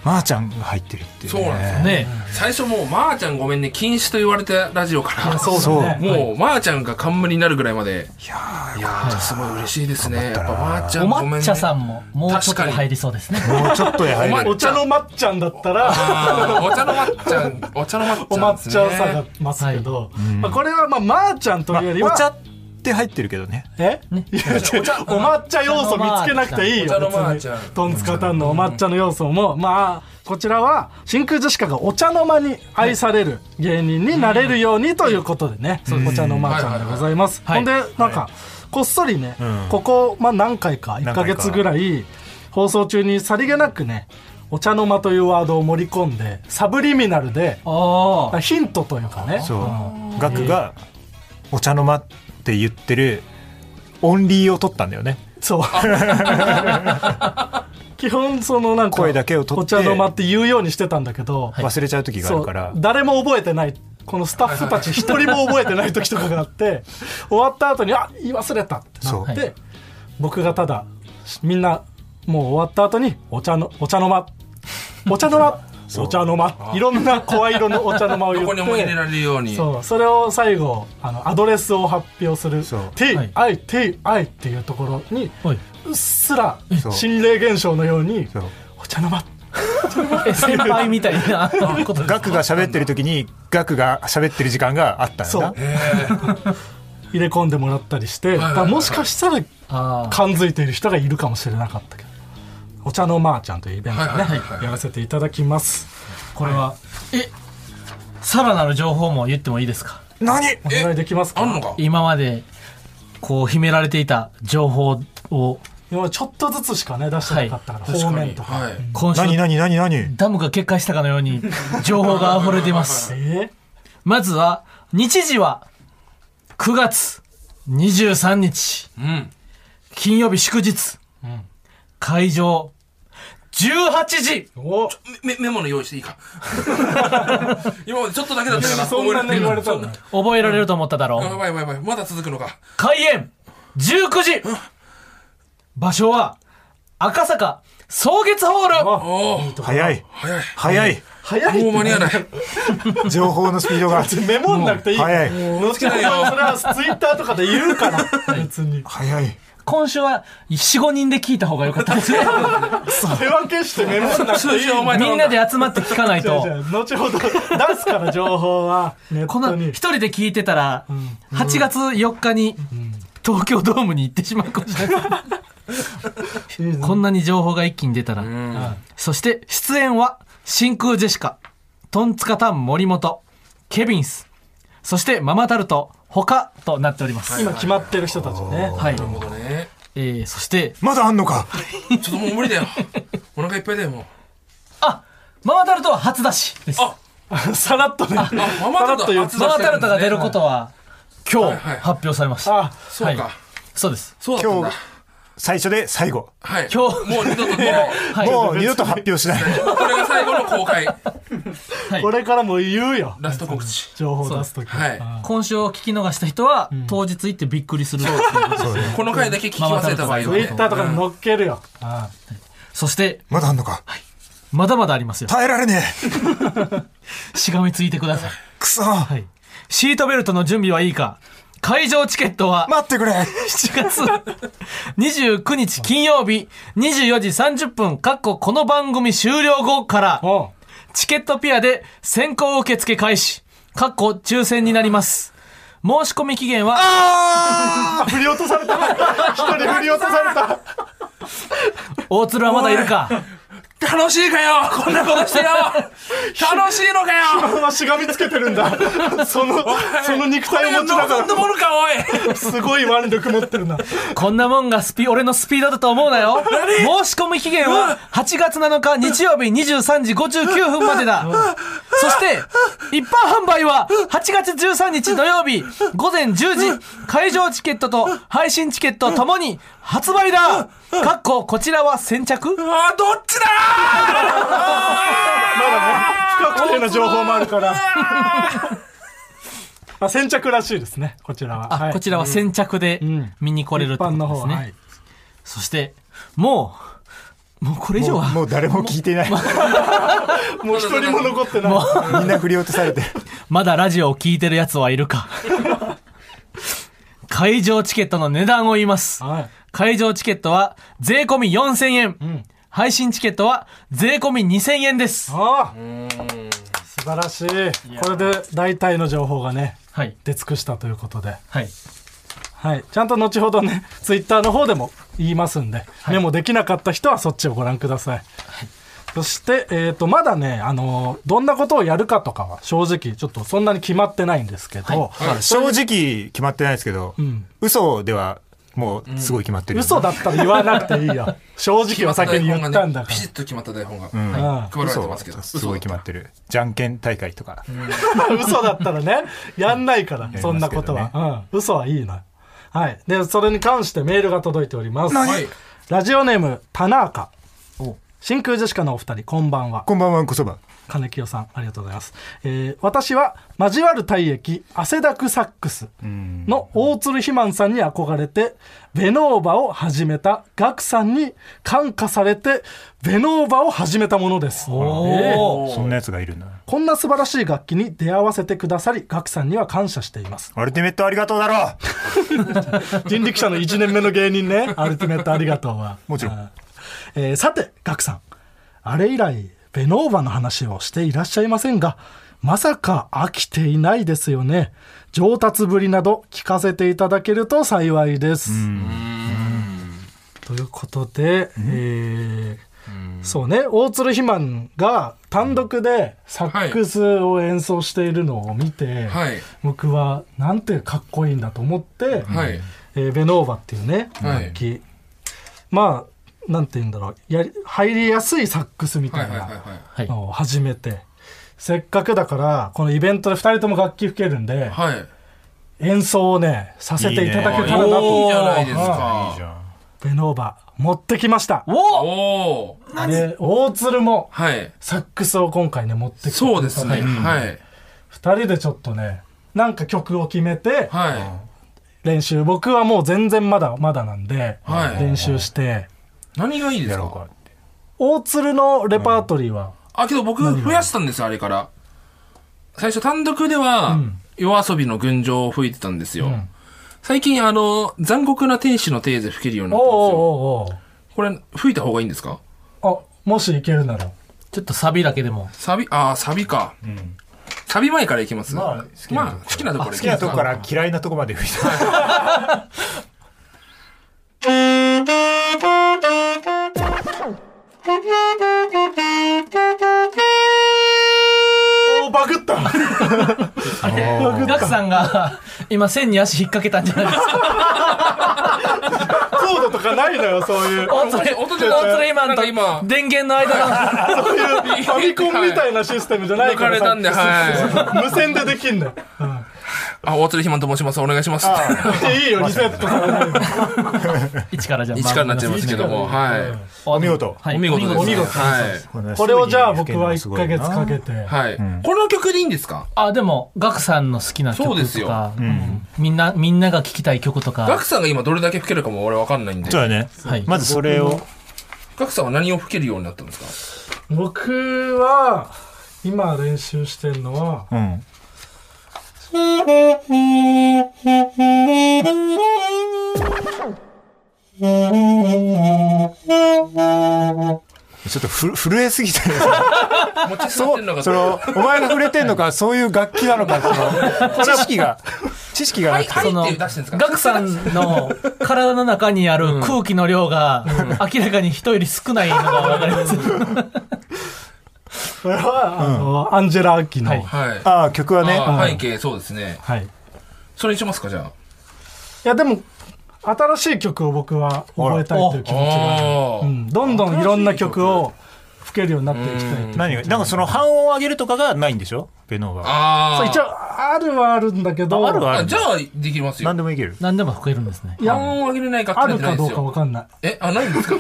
Speaker 2: まー、ちゃんが入ってるっていう、
Speaker 6: そうなんですよね
Speaker 5: ね
Speaker 6: 最初もう、まーちゃんごめんね、禁止と言われたラジオから、
Speaker 3: そう
Speaker 2: そう
Speaker 3: だね
Speaker 6: もう、まーちゃんが冠になるぐらいまで、
Speaker 2: いやー
Speaker 6: いやー、すごい嬉しいですね。やっぱ、
Speaker 2: 頑
Speaker 6: ま
Speaker 2: 張
Speaker 6: ー
Speaker 2: っ
Speaker 6: ちゃ
Speaker 4: お
Speaker 6: んごめんね。
Speaker 4: 抹茶さんももうちょっとで入りそうですね
Speaker 2: もうちょっとで入れ
Speaker 6: お
Speaker 2: る
Speaker 3: お茶のまっちゃんだったら
Speaker 6: あーお茶のまっちゃん、お茶のまっ
Speaker 3: お
Speaker 6: ちゃん
Speaker 3: 抹
Speaker 6: ですね。
Speaker 3: 茶さがますけど、まあ、これはまあまーちゃんというよりは、
Speaker 2: お茶って入ってるけどね
Speaker 3: え、
Speaker 4: ね
Speaker 3: いや違うお抹茶要素見つけなくていいよ
Speaker 6: お茶の抹
Speaker 3: 別
Speaker 6: 茶
Speaker 3: にトンツカタンのお抹茶の要素も、まあこちらは真空ジェシカがお茶の間に愛される芸人になれるようにということでね、お茶の間ちゃんでございます、
Speaker 5: はいはい
Speaker 3: ほんでなんか、こっそりね、
Speaker 2: うん
Speaker 3: ここ、まあ、何回か1か
Speaker 2: 何回
Speaker 3: 月
Speaker 2: か
Speaker 3: ぐらい放送中にさりげなくねお茶の間というワードを盛り込んでサブリミナルで
Speaker 5: ああ
Speaker 3: ヒントというかね
Speaker 2: そうガクがお茶の間って言ってるオンリーを取ったんだよね
Speaker 3: そう。 基本そのなんか
Speaker 2: 声だけを取
Speaker 3: お
Speaker 2: って
Speaker 3: 茶の間って言うようにしてたんだけど、
Speaker 2: 忘れちゃう時があ
Speaker 3: そ
Speaker 2: る
Speaker 3: う
Speaker 2: から
Speaker 3: 誰も覚えてないこのスタッフたち一人も覚えてない時とかがあって終わった後に「あ言い忘れた」ってなって、
Speaker 2: そ
Speaker 3: 僕がただみんなもう終わった後にお茶の「お茶の間」「お茶の間」「お茶の間」いろんな声色のお茶の間を言
Speaker 6: こ
Speaker 3: って
Speaker 6: こに思い入れられるように。
Speaker 3: そうそれを最後あのアドレスを発表する
Speaker 2: そう
Speaker 3: TITI っていうところに
Speaker 5: はいう
Speaker 3: っすら
Speaker 2: そう
Speaker 3: 心霊現象のように
Speaker 2: そう
Speaker 3: お茶の間
Speaker 5: え先輩みたい なこと
Speaker 2: ガクが喋ってる時にガクが喋ってる時間があったん
Speaker 3: そ
Speaker 2: だ
Speaker 3: う入れ込んでもらったりして
Speaker 6: はいはい
Speaker 3: だからもしかしたら
Speaker 5: ああ
Speaker 3: 感づいている人がいるかもしれなかったけどお茶のまーちゃんというイベントをね、
Speaker 6: はいはいはいはい
Speaker 3: やらせていただきます
Speaker 5: これはえさらなる情報も言ってもいいですか
Speaker 2: 何
Speaker 3: お願いできます
Speaker 6: あん
Speaker 3: か
Speaker 6: のか
Speaker 5: 今までこう秘められていた情報を
Speaker 3: 今までちょっとずつしかね出してなかったから、方面とか、
Speaker 6: はい。
Speaker 5: 今週
Speaker 2: 何何何何
Speaker 5: ダムが決壊したかのように情報が溢れています
Speaker 3: えー
Speaker 5: まずは日時は9月23日
Speaker 6: うん。
Speaker 5: 金曜日祝日、会場18時
Speaker 3: お
Speaker 6: メメモの用意していいか今までちょっとだけだったから
Speaker 3: そんなね言われた
Speaker 6: そ
Speaker 3: の
Speaker 6: んな
Speaker 5: 覚えられると思っただろう、
Speaker 6: やばいやばいやばいまだ続くのか
Speaker 5: 開演19時場所は赤坂草月ホール
Speaker 3: あ
Speaker 6: おお
Speaker 2: 早い
Speaker 6: 早い
Speaker 2: 早い
Speaker 3: 早い
Speaker 6: もう間に合 わない
Speaker 2: 情報のスピードが
Speaker 3: メモんなくていい
Speaker 2: 早い
Speaker 6: もうつけないよ
Speaker 3: それはツイッターとかで言うから、別に。
Speaker 2: 早い
Speaker 5: 今週は45人で聞いた方が良かったですね
Speaker 3: 手分けしてメモんなくていい。
Speaker 6: 通常お前
Speaker 5: みんなで集まって聞かないと
Speaker 3: じ ゃあ後ほど出すから情報はネッ
Speaker 5: こ
Speaker 3: ト
Speaker 5: の一
Speaker 3: に。
Speaker 5: 人で聞いてたら、8月4日に東京ドームに行ってしまうかもしれないこんなに情報が一気に出たら、そして出演は真空ジェシカトンツカタン森本ケビンスそしてママタルト他となっております、
Speaker 3: 今決まってる人たちね。
Speaker 5: はい
Speaker 6: なるほどね
Speaker 5: えー、そして
Speaker 2: まだあんのか
Speaker 6: ちょっともう無理 だよお腹いっぱいだよもう
Speaker 5: あママタルトは初出しです
Speaker 6: あ
Speaker 3: さらっとね。
Speaker 6: あママタル
Speaker 3: さらっ
Speaker 6: ト初
Speaker 3: と
Speaker 6: 出
Speaker 5: マ
Speaker 6: し
Speaker 5: マタルトが出ることは今日発表されました、
Speaker 3: あ、
Speaker 6: そうか
Speaker 5: はいそうです
Speaker 6: そうだったん
Speaker 2: 今
Speaker 6: だ
Speaker 2: 日最初で最後
Speaker 6: はい
Speaker 5: 今日
Speaker 6: もう二度ともう
Speaker 5: はい
Speaker 2: もう二度と発表しない
Speaker 6: これが最後の公開
Speaker 5: はい
Speaker 3: これからも言うよ。
Speaker 6: ラスト告知
Speaker 3: 情報出すとき。
Speaker 6: はい
Speaker 5: 今週を聞き逃した人は、当日行ってびっくりするっていうことですね
Speaker 6: この回だけ聞き忘れた場合
Speaker 3: ツイッターとかに載っけるよ。あ
Speaker 5: そして
Speaker 2: まだあんのか
Speaker 5: まだまだありますよ
Speaker 2: 耐えられね
Speaker 5: しがみついてください、
Speaker 2: えくそ
Speaker 5: はい、シートベルトの準備はいいか会場チケットは
Speaker 2: 待ってくれ
Speaker 5: 7月29日金曜日24時30分かっここの番組終了後から
Speaker 3: あ。お
Speaker 5: チケットピアで先行受付開始かっこ抽選になります申し込み期限は
Speaker 2: あ
Speaker 3: 振り落とされた。一人振り落とされた。
Speaker 5: 大鶴はまだいるか
Speaker 6: 楽しいかよこんなこ としてよ楽しいのかよ
Speaker 3: このしがみつけてるんだ。その、 その肉体を持ちな
Speaker 6: 望んだ
Speaker 3: が
Speaker 6: ものかおい
Speaker 3: ら、すごい腕力持ってるな。
Speaker 5: こんなもんがスピ、俺のスピードだと思うなよ。申し込み期限は8月7日日曜日23時59分までだ。そして、一般販売は8月13日土曜日午前10時、会場チケットと配信チケットともに発売だかっこ、こちらは先着
Speaker 6: あーどっちだ
Speaker 3: まだね、不確定な情報もあるから。まあ、先着らしいですね、こちらは。
Speaker 5: あ、こちらは先着で
Speaker 3: ん
Speaker 5: 見に来れるって
Speaker 3: 一般
Speaker 5: こ
Speaker 3: の
Speaker 5: とで
Speaker 3: 方は、
Speaker 5: すね。
Speaker 3: はい
Speaker 5: そして、もう、もうこれ以上
Speaker 2: もう
Speaker 5: は
Speaker 2: もう誰も聞いてない。
Speaker 3: もう一人も残ってない。
Speaker 2: みんな振り落とされてる。
Speaker 5: まだラジオを聞いてる奴はいる か。会場チケットの値段を言います。
Speaker 3: はい。
Speaker 5: 会場チケットは税込み4000円。配信チケットは税込み2000円です。
Speaker 3: ああ素晴らしい。これで大体の情報がね、
Speaker 5: はい。
Speaker 3: 出尽くしたということで。
Speaker 5: はい。
Speaker 3: はい。ちゃんと後ほど ね、ツイッターの方でも言いますんで、メモできなかった人はそっちをご覧ください。そして、えっ、と、まだね、あのーどんなことをやるかとかは、正直、ちょっとそんなに決まってないんですけど、
Speaker 2: 正直決まってないですけど、
Speaker 3: ん
Speaker 2: 嘘ではもうすごい決まってる、
Speaker 3: 嘘だったら言わなくていいよ。正直は先に言ったんだか
Speaker 6: ピシッと決まった台本が
Speaker 2: うん
Speaker 6: 配
Speaker 3: ら。
Speaker 6: られ
Speaker 2: 嘘
Speaker 6: てま
Speaker 2: は
Speaker 6: すけど。
Speaker 2: すごい決ま
Speaker 6: っ
Speaker 2: ってる。じゃんけん大会とか。
Speaker 3: うん 嘘だったらね、やんないから、
Speaker 2: うん
Speaker 3: そんなこと
Speaker 2: やりますけ
Speaker 3: は。うん。嘘はいいのよ。はい。で、それに関してメールが届いております。
Speaker 6: はい
Speaker 3: ラジオネーム、田中。真空ジェシカのお二人、こんばんは。
Speaker 2: こんばんは、こそば。
Speaker 3: 金清さんありがとうございます、えー私は交わる体液汗だくサックスの大鶴肥満さんに憧れてベノーバを始めたガクさんに感化されてベノーバを始めたものです、えー
Speaker 5: おー。
Speaker 2: そんなやつがいるんだな。
Speaker 3: こんな素晴らしい楽器に出会わせてくださりガクさんには感謝しています
Speaker 2: アルティメットありがとうだろ
Speaker 3: 人力車の1年目の芸人ねアルティメットありがとうは
Speaker 2: もちろん
Speaker 3: あーえーさてガクさんあれ以来ベノーバの話をしていらっしゃいませんがまさか飽きていないですよね上達ぶりなど聞かせていただけると幸いですということで、えーそうね大鶴肥満が単独でサックスを演奏しているのを見て、
Speaker 6: はい
Speaker 3: 僕はなんてかっこいいんだと思って、
Speaker 6: はい。
Speaker 3: えーベノーバっていうね
Speaker 6: はい
Speaker 3: 楽器、まあなんて言うんだろうやり入りやすいサックスみ
Speaker 6: は
Speaker 3: た
Speaker 6: い
Speaker 3: い
Speaker 6: はいはい
Speaker 3: な
Speaker 6: は
Speaker 3: のを始めて、せっかくだからこのイベントで2人とも楽器吹けるんで、
Speaker 6: い。はい。
Speaker 3: 演奏をねさせていただけたらなと
Speaker 6: いいじゃないで
Speaker 2: う。いいじ
Speaker 6: すか。
Speaker 2: ゃん。
Speaker 3: ベノーバ持ってきました
Speaker 5: おー
Speaker 6: おー。
Speaker 3: で大鶴も
Speaker 6: はい。
Speaker 3: サックスを今回ね持ってきてくれた
Speaker 6: そうですね。はい。
Speaker 3: 2人でちょっとねなんか曲を決めて
Speaker 6: は
Speaker 3: 練習僕はもう全然まだまだなんで、
Speaker 6: はい
Speaker 3: 練習して
Speaker 6: い。何がいいです
Speaker 2: やろう
Speaker 6: か
Speaker 2: かって。
Speaker 3: 大鶴のレパートリーは、
Speaker 6: あ、けど僕増やしたんですよ、あれから。最初単独では、夜遊びの群青を吹いてたんですよ。最近、あの、残酷な天使のテーゼ吹けるようにな
Speaker 3: お
Speaker 6: ったんですよ。
Speaker 3: おうおうおう
Speaker 6: これ、吹いた方がいいんですか
Speaker 3: あ、もしいけるなら。
Speaker 5: ちょっとサビだけでも。
Speaker 6: サビ、ああ、サビか。サビ前からいきますま
Speaker 2: あ好きなとこから
Speaker 6: あ好きなところ
Speaker 2: 好きなとこから嫌いなとこまで吹いた。
Speaker 3: おバグった
Speaker 5: ガクさんが今線に足引っ掛けたんじゃないです か。
Speaker 3: コードとかないのよ、そういう。
Speaker 5: 大鶴、
Speaker 6: 音
Speaker 5: 大
Speaker 6: 出
Speaker 5: 鶴
Speaker 6: た
Speaker 5: 今
Speaker 6: なんか今
Speaker 5: と電源 の間の。
Speaker 3: そういうファミコンみたいなシステムじゃない
Speaker 6: 抜
Speaker 3: か
Speaker 6: かられ
Speaker 3: さ。
Speaker 6: たんで、はい。
Speaker 3: 無線でできんのよ。うん
Speaker 6: あ、大鶴ひまんと申します。お願いします。
Speaker 3: でいいよ、リセットされないよ
Speaker 5: 一からじゃあ。
Speaker 6: 一からになっちゃいますけども、はい。
Speaker 2: お見事。
Speaker 5: はい。
Speaker 6: お見事です。
Speaker 5: お見事
Speaker 6: はい。
Speaker 3: これをじゃあ僕は1ヶ月かけて。
Speaker 6: はい。この曲でいいんですか
Speaker 5: あ、でも、ガクさんの好きな曲
Speaker 6: そうです
Speaker 5: と
Speaker 6: よ
Speaker 5: か、うんみんな、みんなが聴きたい曲と
Speaker 6: ガ
Speaker 5: か
Speaker 6: ク、さんが今どれだけ吹けるかも俺わかんないんで
Speaker 2: そう。だね。
Speaker 5: はい
Speaker 2: まずそれを。
Speaker 6: ガクさんは何を吹けるようになったんです
Speaker 3: 僕は、今練習してるのは、
Speaker 2: うん。ちょっとふ震えすぎて る。
Speaker 6: か持ち去ってんの
Speaker 2: そ
Speaker 6: が
Speaker 2: う、その、お前が触れてんのか、そういう楽器なのか、そ の、知識が、知識が
Speaker 6: は、
Speaker 2: ないくて。
Speaker 6: はい
Speaker 5: その
Speaker 6: って出してるんですか
Speaker 5: ガクさんの体の中にある空気の量が、明らかに人より少ないのがわかります。
Speaker 3: これは、あの、アンジェラ・アキの。はい。
Speaker 6: はい。
Speaker 2: ああ、曲はね、
Speaker 6: あー背景、そうですね。
Speaker 3: い
Speaker 6: それにしますか、じゃあ。
Speaker 3: や、でも、新しい曲を僕は覚えたいという気持ちがある。
Speaker 6: あ
Speaker 3: う
Speaker 6: ー
Speaker 3: ん、どんどんいろんな曲を吹けるようになっていきたいと
Speaker 2: 何が、なんかその半音を上げるとかがないんでしょベノーバは。
Speaker 3: そう
Speaker 6: あ
Speaker 3: 一
Speaker 6: ー。
Speaker 3: 応あるはあるんだけど
Speaker 2: あるはあ
Speaker 6: あ、
Speaker 2: るん
Speaker 6: じ
Speaker 2: だ
Speaker 6: ゃ。あ、できますよ
Speaker 2: 何。でもいける。
Speaker 5: 何でも吹けるんですね。
Speaker 3: いや
Speaker 6: 半音上げれない楽器
Speaker 3: あ
Speaker 6: な
Speaker 3: る
Speaker 6: んてな
Speaker 3: か
Speaker 6: いで
Speaker 3: ど
Speaker 6: す
Speaker 3: うかわ
Speaker 6: よ。
Speaker 3: かんない、
Speaker 6: え、あ、ないんですか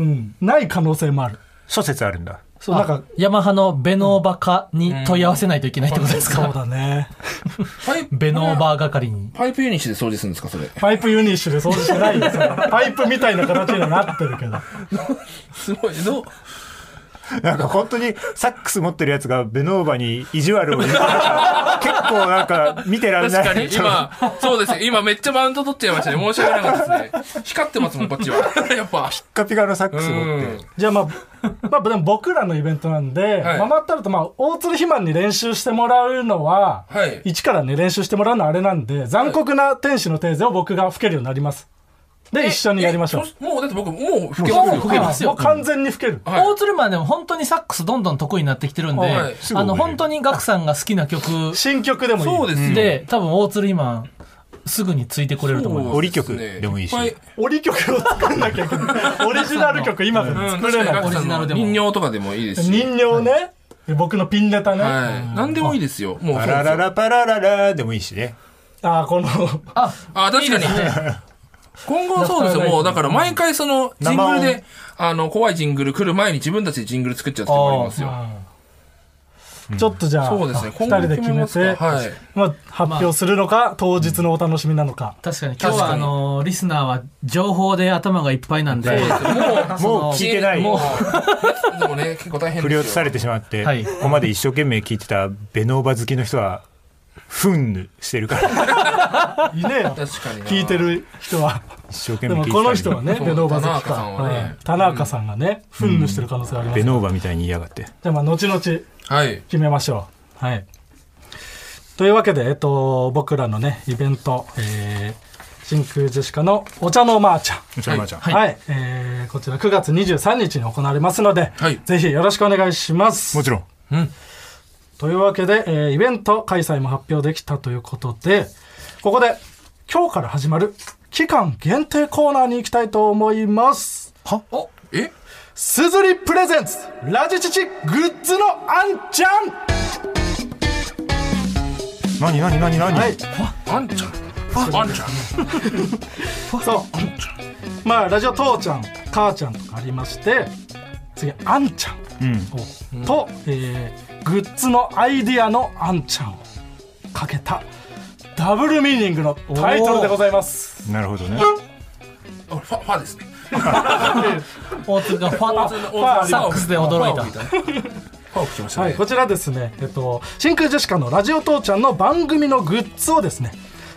Speaker 3: うん、ない可能性もある
Speaker 2: 諸説あるんだ。
Speaker 3: そう、なんか、
Speaker 5: ヤマハのベノーバ課に問い合わせないといけないってことです
Speaker 3: そう
Speaker 5: か、
Speaker 3: だね。
Speaker 6: パイプ
Speaker 5: ベノーバー係に。
Speaker 6: パイプユニッシュで掃除するんですか、それ。
Speaker 3: パイプユニッシュで掃除してないよ。それパイプみたいな形にはなってるけど。
Speaker 6: すごい。どう
Speaker 2: なんか本当にサックス持ってるやつがベノーバに意地悪を言っ てたから結構なんか見てられ
Speaker 6: 確
Speaker 2: ない。
Speaker 6: かに、今、そうですね。今めっちゃマウント取っちゃいましたね。申し訳なかったですね。光ってますもん、こっちは。 やっぱ。
Speaker 2: ピカピカのサック
Speaker 6: う
Speaker 2: ス持って。
Speaker 6: ん。
Speaker 3: じゃあまあ、まあでも僕らのイベントなんで、
Speaker 6: はい
Speaker 3: ママタルト、まあ、大鶴肥満に練習してもらうのは、
Speaker 6: はい
Speaker 3: 一からね、練習してもらうのはあれなんで、残酷な天使のテーゼを僕が吹けるようになります。で、一緒にやりましょう
Speaker 6: え。そもう、だって僕、もう吹け
Speaker 5: も
Speaker 6: ま
Speaker 5: う
Speaker 6: す
Speaker 5: 吹け
Speaker 6: よ。
Speaker 5: ますよ
Speaker 3: もう完全に吹ける。
Speaker 6: はい
Speaker 5: 大鶴マンでも本当にサックスどんどん得意になってきてるんで、
Speaker 6: はい
Speaker 2: すぐ
Speaker 5: あの
Speaker 2: 覚える
Speaker 5: 本当にガクさんが好きな曲
Speaker 3: 新曲でもいい。
Speaker 6: そうですよ。
Speaker 5: で、多分大鶴今、すぐについてこれると思います。
Speaker 2: 折り曲でもいいし
Speaker 6: っぱ
Speaker 3: 折曲を作んなきゃいけない。オリジナル曲今から
Speaker 6: うん、
Speaker 3: 作
Speaker 6: 確か
Speaker 3: れ
Speaker 6: にガ
Speaker 3: な
Speaker 6: ク
Speaker 3: い。
Speaker 6: さんの人形とかでもいいですし。
Speaker 3: 人形ね。僕のピンネタね。
Speaker 6: はい。何でもいいですよ。もう。
Speaker 2: パラララパラララでもいいしね。
Speaker 3: ああ、この、
Speaker 5: あ、
Speaker 6: あ、確かに。今後そうですよ。もう、だから毎回その、ジングル
Speaker 2: 生
Speaker 6: で、あの、怖いジングル来る前に自分たちでジングル作っちゃうってのもありますよ。
Speaker 3: ちょっとじゃあ、
Speaker 6: そうですね。
Speaker 3: 二人で決め
Speaker 6: ますか
Speaker 3: て、
Speaker 6: はい。
Speaker 3: まあ、発表するのか、当日のお楽しみなのか。
Speaker 5: 確かに今日
Speaker 6: 確
Speaker 5: は
Speaker 6: か
Speaker 5: あ
Speaker 6: に
Speaker 5: の、リスナーは情報で頭がいっぱいなんで、
Speaker 2: もう聞いてない。
Speaker 6: もう、でもね、結構大変
Speaker 2: 振
Speaker 6: です
Speaker 2: り
Speaker 6: よ。
Speaker 2: 落とされてしまって、
Speaker 5: はい
Speaker 2: ここまで一生懸命聞いてたベノーバ好きの人は、ふんぬしてる から、
Speaker 3: いねえよ。
Speaker 6: 確かにな。
Speaker 3: 聞いてる人は。
Speaker 2: 一生懸
Speaker 3: で
Speaker 2: 命聞い
Speaker 3: も
Speaker 2: てた
Speaker 3: この人はね、
Speaker 6: そう
Speaker 3: ベノーバ好き
Speaker 6: 田中さん
Speaker 3: か
Speaker 6: はね
Speaker 3: うん。田中さんがね、ふんぬしてる可能性があります。
Speaker 2: ベ
Speaker 3: じ
Speaker 2: ノーバみたいに言いやがって。
Speaker 3: ゃあまあ、後々。
Speaker 6: はい。
Speaker 3: 決めましょう。はい。というわけで、えっと、僕らのね、イベント、えー、真空ジェシカのお茶のまーちゃん。
Speaker 2: うちのまーちゃん。
Speaker 3: はい、えーこちら9月23日に行われますので、
Speaker 6: はい
Speaker 3: ぜひよろしくお願いします。
Speaker 2: もちろん。
Speaker 3: というわけで、えーイベント開催も発表できたということで、ここで今日から始まる期間限定コーナーに行きたいと思います。
Speaker 6: え
Speaker 3: すずりプレゼンツラジチチグッズのあんちゃん
Speaker 2: 何何何何、
Speaker 3: はい。
Speaker 6: あんちゃん。あんちゃん。
Speaker 3: そう。まあ、ラジオ父ちゃん、母ちゃんとかありまして、次、あんちゃん
Speaker 2: うん。
Speaker 3: を、と、えーグッズのアイディアのあんちゃんをかけた、ダブルミーニングのタイトルでございます。
Speaker 2: なるほどね。
Speaker 6: あファ、ファですね。
Speaker 5: 大鶴がファ
Speaker 6: ファ
Speaker 5: ッサックスで驚いた。
Speaker 6: ファを吹きました
Speaker 3: はい、
Speaker 6: ね。
Speaker 3: こちらですね、えっと、真空ジェシカのラジオ父ちゃんの番組のグッズをですね、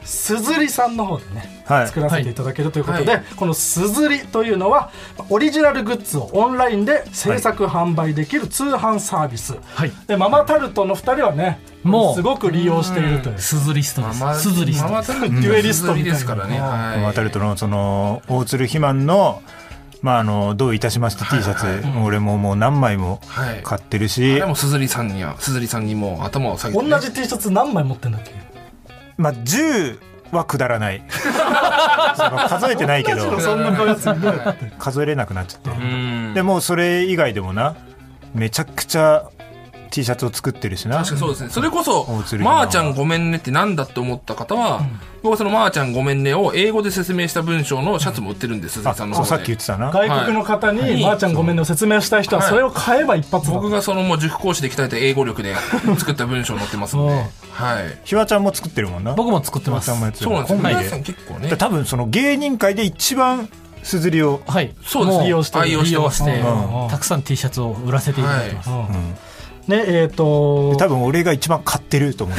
Speaker 3: すずりさんの方でね、
Speaker 2: はい
Speaker 3: 作らせていただけるということで、
Speaker 6: はい
Speaker 3: このすずりというのはオリジナルグッズをオンラインで制作、販売できる通販サービス、
Speaker 5: はい
Speaker 3: でママタルトの2人はね
Speaker 5: もう
Speaker 3: すごく利用しているという
Speaker 5: スズリストです。スズリスト
Speaker 6: ママ
Speaker 5: です。
Speaker 6: タル
Speaker 3: デ
Speaker 6: ト
Speaker 3: ュエリストみたいな
Speaker 6: ですからね。はい。
Speaker 2: 渡るとの、その、大鶴肥満の、まあ、あの、どういたしまして T シャツ、俺ももう何枚も
Speaker 6: はい
Speaker 2: 買ってるし、
Speaker 6: でも、すずりさんには、すずりさんにもう頭を下げてね。
Speaker 3: 同じ T シャツ何枚持ってんだっけ
Speaker 2: まあ、10はくだら ない。その数えてないけど、
Speaker 3: そんなこやつ
Speaker 2: 数えれなくなっちゃって。
Speaker 6: うん。
Speaker 2: でもうそれ以外でもなめちゃくちゃ T シャツを作ってるしな
Speaker 6: 確かにそうですね。それこそ
Speaker 2: 大、鶴肥満
Speaker 6: ま
Speaker 2: は
Speaker 6: ーちゃんごめんねってなんだって思った方は、僕はそのまーちゃんごめんねを英語で説明した文章のシャツも売ってるんです、鈴
Speaker 2: あ
Speaker 6: 木さんの
Speaker 2: そう
Speaker 6: 方
Speaker 2: さっき言っ。
Speaker 6: で
Speaker 2: てたな
Speaker 3: 外国の方に、
Speaker 6: い
Speaker 3: まーちゃんごめんねを説明したい人は
Speaker 6: はい
Speaker 3: それを買えば一発だ、
Speaker 6: 僕がそのもう塾講師で鍛えた英語力で作った文章載ってますんで
Speaker 3: うん。
Speaker 6: はい。
Speaker 2: ひわちゃんも作ってるもんな
Speaker 5: 僕も作って
Speaker 2: ひわ
Speaker 5: ま
Speaker 2: ち
Speaker 5: す
Speaker 2: ゃん。もやってる
Speaker 6: そうなんですよ。
Speaker 2: コンビ
Speaker 6: 皆
Speaker 2: で
Speaker 6: さん結構
Speaker 2: だ
Speaker 6: ね
Speaker 2: から。多分その芸人界で一番すずりを
Speaker 5: はい。
Speaker 6: そうですね。
Speaker 5: も
Speaker 3: 利用してる
Speaker 6: 愛用
Speaker 5: 利
Speaker 6: して
Speaker 5: 用
Speaker 6: ま
Speaker 5: し
Speaker 6: す。
Speaker 5: て、
Speaker 3: うん
Speaker 5: たくさん T シャツを売らせていただいてます。
Speaker 3: うんねえっ、と
Speaker 2: 多分俺が一番買ってる と思う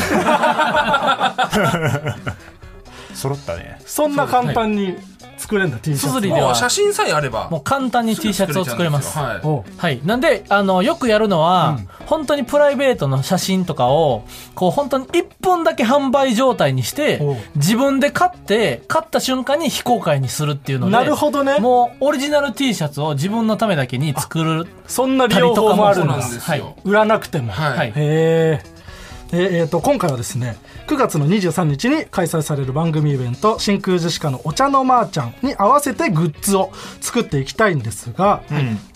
Speaker 2: 揃ったね
Speaker 3: そんな簡単に作れるんだ T シャ
Speaker 5: すず
Speaker 3: ツ
Speaker 5: りで
Speaker 6: もう
Speaker 5: は、
Speaker 6: 写真さえあれば。
Speaker 5: もう簡単に T シャツを作れます。
Speaker 6: はい。
Speaker 3: おう
Speaker 5: はい。なんで、あの、よくやるのは、本当にプライベートの写真とかを、こう、本当に1本だけ販売状態にして
Speaker 3: おう、
Speaker 5: 自分で買って、買った瞬間に非公開にするっていうので、
Speaker 3: なるほどね
Speaker 5: もう、オリジナル T シャツを自分のためだけに作る。
Speaker 3: そんな利用法もあるん
Speaker 6: そう
Speaker 3: だ
Speaker 6: なんですよ。
Speaker 3: 売らなくても、
Speaker 6: は
Speaker 5: はいい。
Speaker 3: へえ。でえー、と今回はですね9月の23日に開催される番組イベント「真空ジェシカのお茶のまーちゃん」に合わせてグッズを作っていきたいんですが、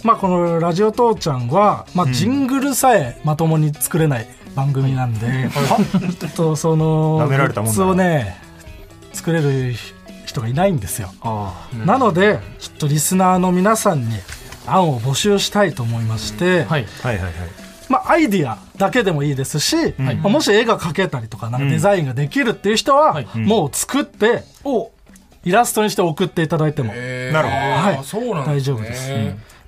Speaker 3: まあ、この「ラジオ父ちゃんは」まあ、ジングルさえまともに作れない番組なんで、 ちょっとその
Speaker 2: 舐められたもん
Speaker 3: グ
Speaker 2: だ
Speaker 3: ッ
Speaker 2: な
Speaker 3: ズをね作れる人がいないんですよ。なのでちょっとリスナーの皆さんに案を募集したいと思いまして、
Speaker 4: はい。
Speaker 2: はいはいはい。
Speaker 3: まあ、アイディアだけでもいいですし、まあもし絵が描けたりとかなんかデザインができるっていう人は、
Speaker 4: はい
Speaker 3: もう作って、イラストにして送っていただいても、
Speaker 2: なるほど
Speaker 3: はい
Speaker 6: そうなん
Speaker 3: 大
Speaker 6: です、ね、
Speaker 3: 丈夫です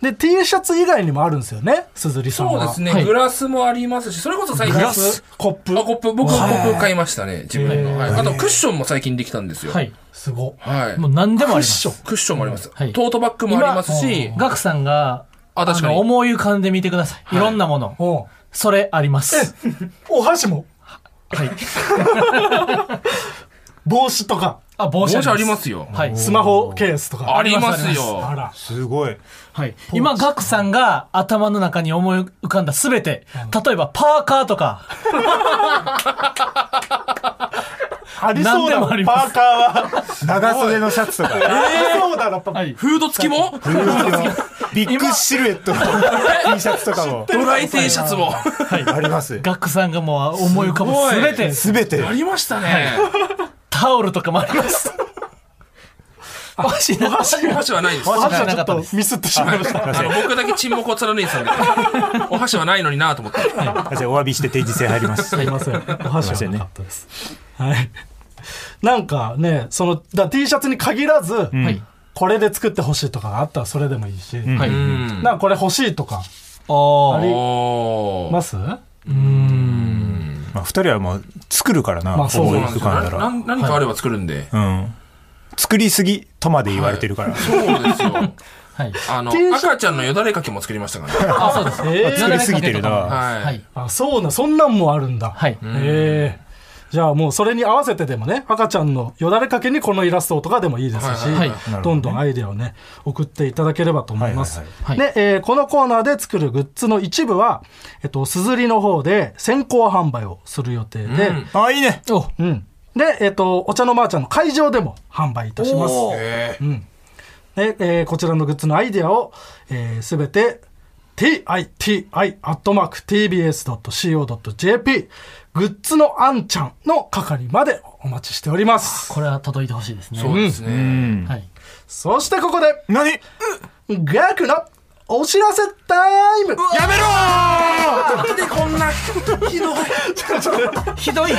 Speaker 3: で T シャツ以外にもあるんですよね鈴木さん
Speaker 6: そう
Speaker 3: は
Speaker 6: ですね、
Speaker 4: はい
Speaker 6: グラスもありますし、それこそ最近。
Speaker 3: グラスコップ
Speaker 6: あ、コップ。僕、コップ買いましたね、自分の。はい。あと、クッションも最近できたんですよ。
Speaker 4: は
Speaker 6: はい。
Speaker 4: い。
Speaker 3: すご
Speaker 4: もう何でもあります。
Speaker 3: クッ
Speaker 6: クッションもあります。
Speaker 4: はい
Speaker 6: トートバッグもありますし、
Speaker 4: ガクさんが、
Speaker 6: あ確かに
Speaker 4: の思い浮かんでみてください。いろんなもの。
Speaker 3: お
Speaker 4: それあります。
Speaker 3: お箸も
Speaker 4: はい。
Speaker 3: 帽子とか
Speaker 4: あ、帽子
Speaker 6: 帽子ありますよ。
Speaker 4: はい。
Speaker 3: スマホケースとか
Speaker 6: あります
Speaker 3: あ
Speaker 6: よ。
Speaker 3: ら
Speaker 2: すごい。
Speaker 4: はい。今、ガクさんが頭の中に思い浮かんだすべて、例えばパーカーとか、
Speaker 2: ありそ
Speaker 4: 何
Speaker 2: うだ
Speaker 4: でもあり
Speaker 2: パ
Speaker 4: ま
Speaker 2: ーカーは、長袖のシャツとか。ありそうだな、パ
Speaker 4: はい
Speaker 6: フード付きも
Speaker 2: ビッグシルエットの T シャツとかも
Speaker 6: ドライ T シャツも。
Speaker 2: あります。
Speaker 4: ガクさんがもう思い浮かぶすべて、
Speaker 2: すべて
Speaker 6: あ。りましたね。
Speaker 4: タオルとかもあります。お箸なかった
Speaker 6: お箸はないです。
Speaker 3: お
Speaker 6: あ
Speaker 3: 箸はちょっとミスってしまいました
Speaker 6: の、僕だけ沈黙を貫いてたんで、お箸はないのになと思って。
Speaker 2: じゃあお詫びして定時制入り ます。
Speaker 3: すいません。お箸はなかったです。はい。なんかね、その、だ T シャツに限らず、
Speaker 2: はい
Speaker 3: これで作ってほしいとかがあったらそれでもいいし、
Speaker 2: ん
Speaker 4: はい。
Speaker 6: うん。
Speaker 3: なんかこれ欲しいとか、
Speaker 4: お
Speaker 3: あ
Speaker 4: ー。
Speaker 3: り
Speaker 6: おー
Speaker 3: ます
Speaker 2: まあ二人はもう作るからな、
Speaker 3: まあそう
Speaker 2: 思い
Speaker 6: なんで
Speaker 2: 浮
Speaker 6: すよ
Speaker 2: かんだ
Speaker 6: な
Speaker 2: ら。
Speaker 6: ん何かあれば作るんで。
Speaker 2: うん。作りすぎとまで言われてるから。
Speaker 6: そうですよ。
Speaker 4: はい。
Speaker 6: あの
Speaker 3: T シャ、ツ
Speaker 6: 赤ちゃんのよだれかけも作りましたからね。
Speaker 4: あ、そうです。
Speaker 3: えー
Speaker 2: 作りすぎてるな
Speaker 4: はい。は
Speaker 6: はいい。
Speaker 3: あ、そうな、そんなんもあるんだ。
Speaker 4: はい
Speaker 3: ええじゃあもうそれに合わせてでもね、赤ちゃんのよだれかけにこのイラストとかでもいいですし、
Speaker 6: はいはい
Speaker 4: はい
Speaker 3: どんどんアイデアをね、送っていただければと思います。
Speaker 2: はい
Speaker 4: はいは
Speaker 3: で、えーこのコーナーで作るグッズの一部は、えっと、すずりの方で先行販売をする予定で、
Speaker 6: うん
Speaker 2: あ、いいね。
Speaker 4: お、
Speaker 3: うん。で、えっと、お茶のまーちゃんの会場でも販売いたします。
Speaker 4: おー
Speaker 6: えー
Speaker 3: で、えーこちらのグッズのアイデアを、えーすべて titi.tbs.co.jp グッズのあんちゃんの係までお待ちしております。
Speaker 4: これは届いてほしいですね。
Speaker 6: そうです
Speaker 2: う
Speaker 6: ね。
Speaker 2: ん。
Speaker 4: はい。
Speaker 3: そしてここで、
Speaker 2: 何
Speaker 3: ガクのお知らせタイム
Speaker 6: やめろーなんでこんな、ひど
Speaker 4: ひどい。
Speaker 6: い。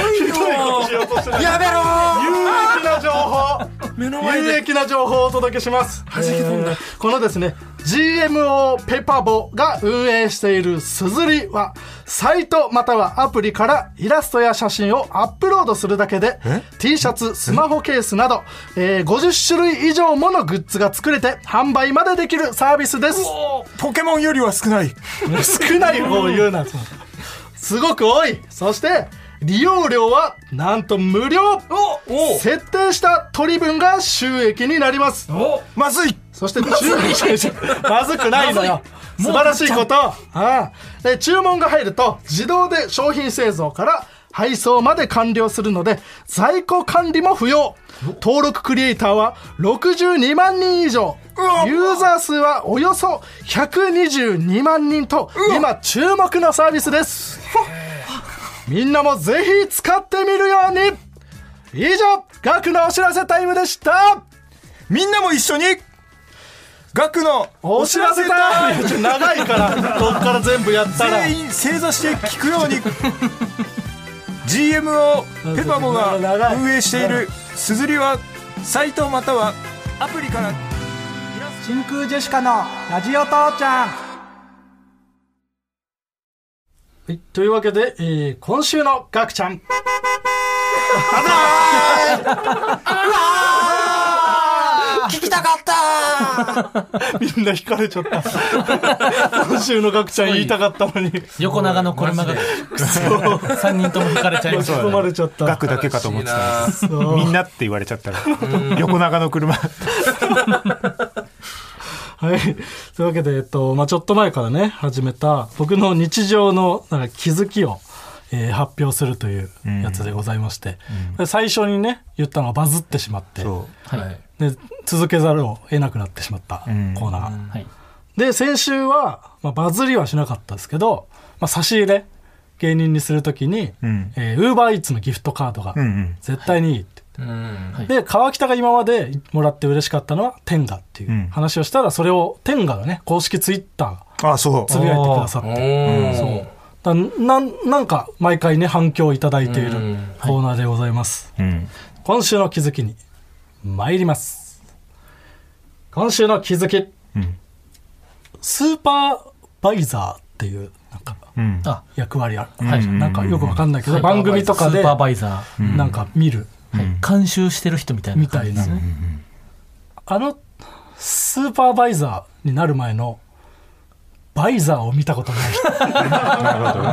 Speaker 6: やめろー
Speaker 3: 有益な情報
Speaker 6: 目の前
Speaker 3: 有
Speaker 6: で、
Speaker 3: 益な情報をお届けします
Speaker 6: 弾け飛んだ
Speaker 3: えーこのですね GMO ペパボが運営しているすずりはサイトまたはアプリからイラストや写真をアップロードするだけで T シャツスマホケースなど、えー50種類以上ものグッズが作れて販売までできるサービスです
Speaker 2: ポケモンよりは少ない。
Speaker 3: 少ない方を言うなそのすごく多いそして利用料はなんと無料設定した取り分が収益になります
Speaker 2: まずい
Speaker 3: そして注文まずくないのよ素晴らしいことああで注文が入ると自動で商品製造から配送まで完了するので在庫管理も不要登録クリエイターは62万人以上ユーザー数はおよそ122万人と今注目のサービスですみんなもぜひ使ってみるように以上ガクのお知らせタイムでした
Speaker 2: みんなも一緒に額の
Speaker 3: お知らせタイ ム長いからこっから全部やったら
Speaker 2: 全員正座して聞くよ うに GMO ペパボが運営しているすずりはサイトまたはアプリから
Speaker 3: 真空ジェシカのラジオ父ちゃんはいというわけで、えー今週のガクちゃん聞きたかったみんな惹かれちゃった 今週のガクちゃん言いたかったのに
Speaker 4: 横長の車が、3人と も引かれちゃいまし
Speaker 2: そう
Speaker 4: た。
Speaker 2: だね
Speaker 3: 含まれちゃった
Speaker 2: 額だけかと思ってた
Speaker 6: な
Speaker 2: みんなって言われちゃったら横長の車
Speaker 3: はい。というわけで、えっと、まあ、ちょっと前からね、始めた、僕の日常の、なんか気づきを、えー発表するというやつでございまして、で最初にね、言ったのがバズってしまって、
Speaker 2: そ
Speaker 4: はい。
Speaker 3: で、続けざるを得なくなってしまったコ
Speaker 2: ん
Speaker 3: ーナーが。
Speaker 4: はい。
Speaker 3: で、先週は、まあ、バズりはしなかったですけど、まあ、差し入れ、芸人にするときに、
Speaker 2: うん
Speaker 3: えー、ウーバーイーツのギフトカードが
Speaker 2: うんうん
Speaker 3: 絶対にいいって。
Speaker 6: うん。
Speaker 3: で、川北が今までもらって嬉しかったのは、テンガってい
Speaker 2: うん
Speaker 3: う話をしたら、それをテンガがね、公式ツイッターが
Speaker 2: あそう
Speaker 3: つぶやいてくださっ
Speaker 6: お
Speaker 3: て。
Speaker 6: ー。
Speaker 3: そう。だなんなんか、毎回ね、反響をいただいている
Speaker 6: うん
Speaker 3: コーナーでございます。
Speaker 2: うん
Speaker 3: 今週の気づきに、参ります。今週の気づき、
Speaker 2: うん
Speaker 3: スーパーバイザーっていう、なんか、
Speaker 2: うん
Speaker 4: あ、
Speaker 3: 役割ある。
Speaker 4: はい
Speaker 3: うんなんかよくわかんないけど、
Speaker 4: はい
Speaker 3: 番組とか
Speaker 4: スー
Speaker 3: で
Speaker 4: パー、バイザ
Speaker 3: なんか見る。
Speaker 4: ー、はい監修してる人みたいな感じですね。
Speaker 3: あの、スーパーバイザーになる前の、バイザーを見たことない人。
Speaker 6: うん。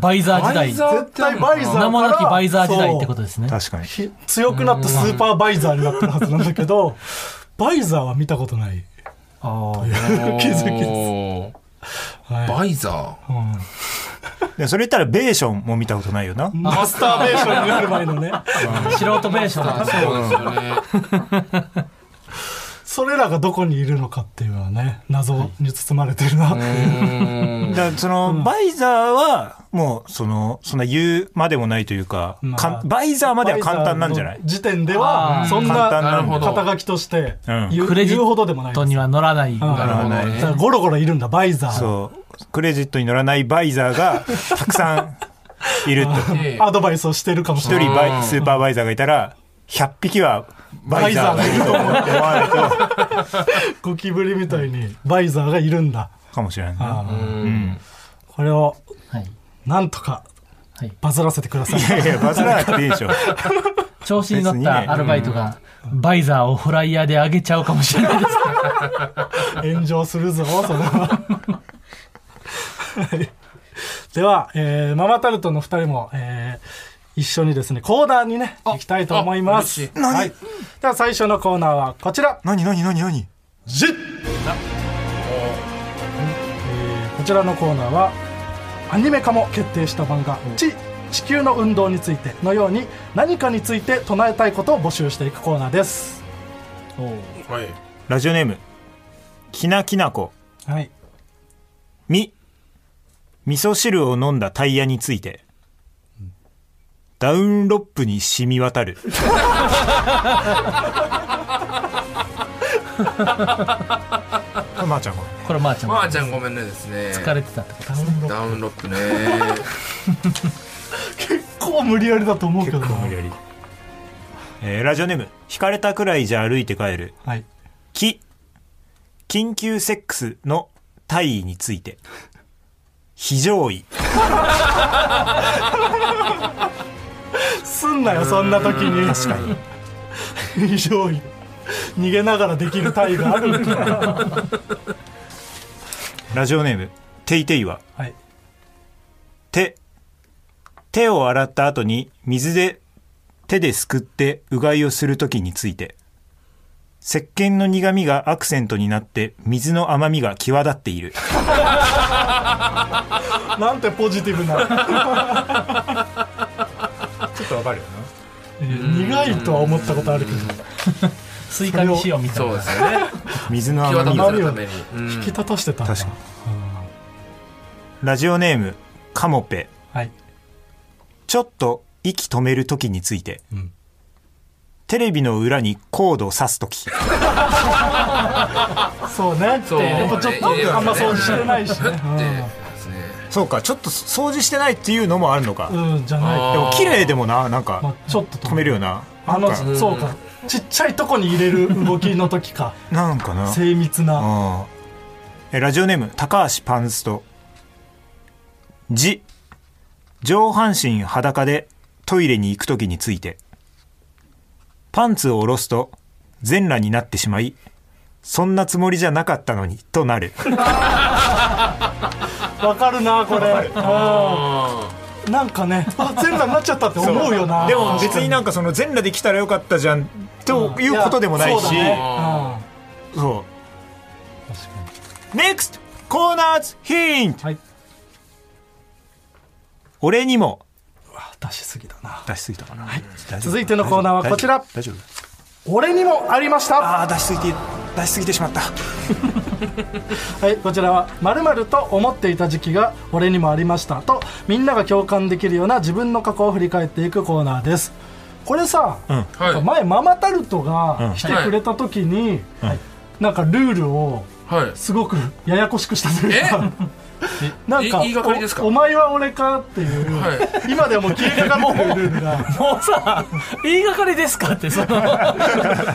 Speaker 4: バイザー時代。
Speaker 2: 絶対バイザー
Speaker 4: 名もなきバイザー時代ってことですね。
Speaker 2: 確かに
Speaker 3: ひ強くなったスーパーバイザーになってるはずなんだけど、バイザーは見たことない。
Speaker 4: ああ。
Speaker 3: 気づきです。
Speaker 6: おー
Speaker 3: はい
Speaker 6: バイザ
Speaker 2: でそれ言ったらベーションも見たことないよな
Speaker 3: マスターベーションになる前のね、
Speaker 4: 素人ベーション
Speaker 6: ー。そうですよね。
Speaker 3: それらがどこにいるのかっていうのはね、謎に包まれてるな。
Speaker 2: だからそのバイザーはもうそのそんな言うまでもないというか
Speaker 3: まあ
Speaker 2: かんバイザーまでは簡単なんじゃない
Speaker 3: バイザーの時点では、そん
Speaker 2: 簡単
Speaker 3: な
Speaker 2: なんだ
Speaker 6: なるほど
Speaker 3: 肩書きとして
Speaker 2: うん
Speaker 3: 言う
Speaker 4: クレジ
Speaker 3: 言うほどでもない
Speaker 4: ッ
Speaker 3: です
Speaker 4: トには乗らない。
Speaker 3: な
Speaker 6: なるほど
Speaker 3: だ
Speaker 6: ね
Speaker 3: からゴロゴロいるんだ、バイザー。
Speaker 2: そうクレジットに乗らないバイザーがたくさんいると
Speaker 6: ええ
Speaker 3: アドバイスをしてるかもし
Speaker 2: 一
Speaker 3: れない。
Speaker 2: 人バイスーパーバイザーがいたら100匹はバイザーがいると思って思わないと
Speaker 3: ゴキブリみたいにバイザーがいるんだ。
Speaker 2: かもしれないな
Speaker 3: あ
Speaker 6: う
Speaker 3: ー
Speaker 6: ん。
Speaker 3: これを
Speaker 4: はい。
Speaker 3: なんとか
Speaker 4: はい
Speaker 3: バズらせてください。
Speaker 2: い やいやバズらなくていいでしょ
Speaker 4: 調子に乗ったアルバイトが、バイザーをフライヤーで上げちゃうかもしれないです。
Speaker 3: 炎上するぞ、それは。はいでは、えーママタルトの二人も、えー一緒にですね、コーナーにね、行きたいと思います。はい。では最初のコーナーはこちら。
Speaker 2: 何何何何
Speaker 3: じっえーこちらのコーナーはアニメ化も決定した漫画「地地球の運動について」のように何かについて唱えたいことを募集していくコーナーです
Speaker 6: はい。
Speaker 2: ラジオネームきなきなこ
Speaker 3: はい
Speaker 2: み味噌汁を飲んだタイヤについてダウンロップに染み渡るまーちゃんこ
Speaker 4: これ、まーちゃん
Speaker 6: ま
Speaker 4: も
Speaker 6: あちゃんごめんねですね。
Speaker 4: 疲れてたってことですね。
Speaker 6: ダウンロップね。
Speaker 3: こう無理やりだと思うけ
Speaker 2: れ
Speaker 3: ど
Speaker 2: 結構
Speaker 3: な
Speaker 2: 無理やり、えーラジオネーム「引かれたくらいじゃ歩いて帰る
Speaker 3: はい」
Speaker 2: き緊急セックスの体位について非常位
Speaker 3: すんなよそんな時に確かに 非常に逃げながらできる体があるんだ
Speaker 2: ラジオネーム「ていてい」は「
Speaker 3: はい
Speaker 2: 手手を洗った後に水で手ですくってうがいをするときについて石鹸の苦みがアクセントになって水の甘みが際立っている
Speaker 3: なんてポジティブな
Speaker 2: ちょっとわかるよ
Speaker 3: 苦いとは思ったことあるけど
Speaker 4: スイカにしようみたい
Speaker 6: そう
Speaker 4: な
Speaker 6: で。すよね。
Speaker 2: な水の
Speaker 6: 際
Speaker 2: 甘
Speaker 6: 立
Speaker 2: み
Speaker 6: たせ
Speaker 2: が
Speaker 6: るために。うん
Speaker 3: 引き立たしてたんだ
Speaker 2: 確かにラジオネームカモペ
Speaker 3: はい
Speaker 2: ちょっと息止めるときについて、
Speaker 3: ん
Speaker 2: テレビの裏にコードを刺すとき
Speaker 3: そうね
Speaker 6: そう
Speaker 3: やっぱちょっとあんま掃除してないしね
Speaker 6: ふってですね。
Speaker 2: そうかちょっと掃除してないっていうのもあるのか、
Speaker 3: うんうんじゃない
Speaker 6: あー
Speaker 2: でも綺麗でもななん
Speaker 3: まあ
Speaker 2: か
Speaker 3: ちょっと
Speaker 2: 止めるよな
Speaker 3: あ
Speaker 2: な
Speaker 3: の
Speaker 2: んか
Speaker 3: そうかちっちゃいとこに入れる動きの 時か
Speaker 2: なんかな
Speaker 3: 精密な
Speaker 2: ああえラジオネーム高橋パンスト「じ」上半身裸でトイレに行く時についてパンツを下ろすと全裸になってしまいそんなつもりじゃなかったのにとな る
Speaker 3: わかるなこれうんなんかねあ全裸になっちゃったって思うよな
Speaker 2: でも別になんかその全裸できたらよかったじゃんということでもないし
Speaker 3: そうだね
Speaker 2: そう確かに NEXT コーナーズヒント、
Speaker 3: はい
Speaker 2: 俺にも
Speaker 3: うん出しすぎだな
Speaker 2: 出しすぎたかな、
Speaker 3: 続いてのコーナーはこちら
Speaker 2: 大丈夫
Speaker 3: 俺にもありました
Speaker 2: ああ出しすぎて出しすぎてしまった
Speaker 3: はい、こちらは「まると思っていた時期が俺にもありました」とみんなが共感できるような自分の過去を振り返っていくコーナーですこれさ、
Speaker 2: ん
Speaker 6: はい
Speaker 3: 前ママタルトが来てくれた時に、なんかルールを
Speaker 6: はい。
Speaker 3: すごくややこしくしたというか なんか
Speaker 6: い言いがかりですか
Speaker 3: おお前は俺かって いう、
Speaker 6: はい。
Speaker 3: 今ではもう消えかかってるルールが
Speaker 5: もうさ、言いがかりですかって、その、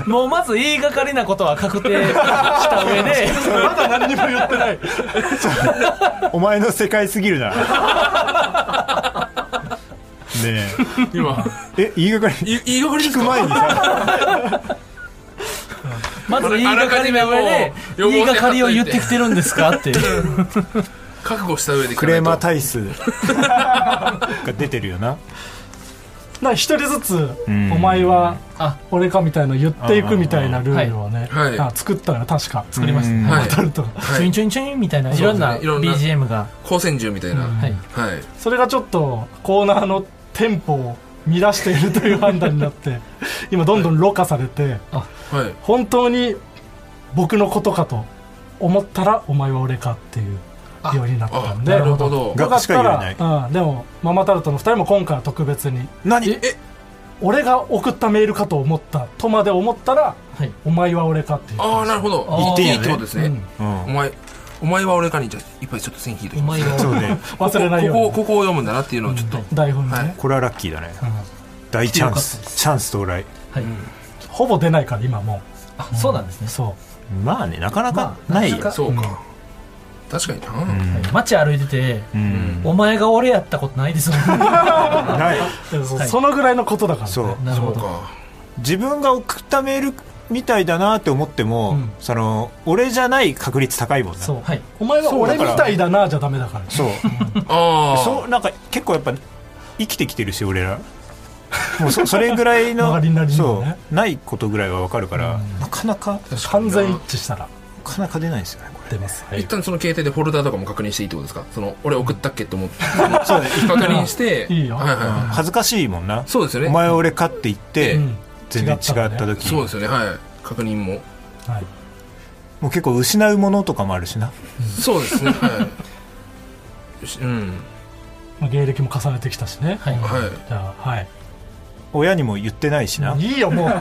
Speaker 5: もうまず言いがかりなことは確定した上で、
Speaker 3: まだ何にも言ってない
Speaker 2: お前の世界すぎる なね
Speaker 6: 今、
Speaker 2: ええ言いがかり
Speaker 6: い言いがかりですか
Speaker 2: 前に さ
Speaker 5: まず言いがかりの上で、
Speaker 6: もう
Speaker 5: 言いがかりを言ってきてるんですかっていう。
Speaker 6: 覚悟した上で
Speaker 2: クレーマー
Speaker 6: タイ
Speaker 2: 体 質が出てるよな
Speaker 3: なんか一人ずつ「
Speaker 2: ん
Speaker 3: お前は
Speaker 5: あ
Speaker 3: 俺か」みたいなの言っていくみたいなルールをね、
Speaker 6: はい
Speaker 3: あ作ったよ確か作
Speaker 2: りましたね
Speaker 6: はい
Speaker 3: ママタルトが
Speaker 5: チュインチュインチュインみたいな、いろんな
Speaker 6: そうですねいろんな
Speaker 5: BGM が。
Speaker 6: 光線銃みたいな。
Speaker 5: はい。
Speaker 6: はい。
Speaker 3: それがちょっとコーナーのテンポを乱しているという判断になって 今どんどんろ過されて
Speaker 6: はい。
Speaker 3: 本当に僕のことかと思ったらお前は俺かっていうようになった
Speaker 6: あ、
Speaker 3: んで
Speaker 6: なるほど。
Speaker 3: よか
Speaker 2: が
Speaker 3: っ
Speaker 2: しか
Speaker 3: た
Speaker 2: 言えない
Speaker 3: ら、うん、でもママタルトの2人も今回は特別に
Speaker 2: 何
Speaker 3: 俺が送ったメールかと思ったとまで思ったら、
Speaker 5: はい
Speaker 3: お前は俺かっていう
Speaker 6: ああ、なるほど。
Speaker 5: 言っていい
Speaker 6: い
Speaker 5: よね
Speaker 6: いってことですね。
Speaker 2: うん
Speaker 6: お前、お前は俺かに、じゃあいっぱいちょっと線引いて
Speaker 5: お前は
Speaker 2: そうね
Speaker 3: 忘れないよう
Speaker 6: ここ、
Speaker 3: に
Speaker 6: ここを読むんだなっていうのをちょっと。
Speaker 3: 台本にね、
Speaker 6: はい
Speaker 2: これはラッキーだね大チャンスチャンス到来
Speaker 5: はい。
Speaker 3: ほぼ出ないから今も
Speaker 5: あ、そうなんです
Speaker 3: う
Speaker 5: ね。
Speaker 3: そ
Speaker 2: まあねなかなか
Speaker 5: まあ
Speaker 2: ないよ、
Speaker 5: なかなか
Speaker 6: そうか。確かにな。
Speaker 5: 街歩いてて、
Speaker 2: うん
Speaker 5: お前が俺やったことないですもん。
Speaker 2: ない
Speaker 3: うそ,、
Speaker 5: はい
Speaker 3: のぐらいのことだから、ね、
Speaker 2: そう
Speaker 5: なる
Speaker 6: そ
Speaker 5: ほ
Speaker 6: う
Speaker 5: ど。
Speaker 6: か。
Speaker 2: 自分が送ったメールみたいだなって思っても、
Speaker 3: うん
Speaker 2: その俺じゃない確率高いもんな
Speaker 3: そう
Speaker 5: はい。
Speaker 3: お前は俺みたいだなじゃダメだから
Speaker 2: そう
Speaker 6: ああ。
Speaker 2: そうなんか結構やっぱ生きてきてるし俺らもう そそれぐらいの
Speaker 3: 周りなりにも
Speaker 2: そ
Speaker 3: ね
Speaker 2: うないことぐらいは分かるから、なかなかな
Speaker 3: 完全一致したら
Speaker 2: かなか出ないですよねこれ
Speaker 3: 出ます、
Speaker 6: 一旦その携帯でフォルダとかも確認していいってことですかその、俺送ったっけって思って。
Speaker 2: そうね
Speaker 6: 確認して。
Speaker 3: いいよ
Speaker 6: はいはいはい。
Speaker 2: 恥ずかしいもんな
Speaker 6: そうですよ
Speaker 2: お
Speaker 6: ね。
Speaker 2: 前俺かって言って、
Speaker 3: うん
Speaker 2: 全然違った
Speaker 3: 違った
Speaker 2: 時
Speaker 6: そうですよね。はい。確認も。
Speaker 3: はい、
Speaker 2: もう結構失うものとかもあるしな
Speaker 6: そうですね。はい。よしうん。
Speaker 3: まあ、芸歴も重ねてきたしね、
Speaker 5: はい
Speaker 6: はい。
Speaker 3: じゃあはい
Speaker 2: 親にも言ってないしな、
Speaker 3: いいよもうコ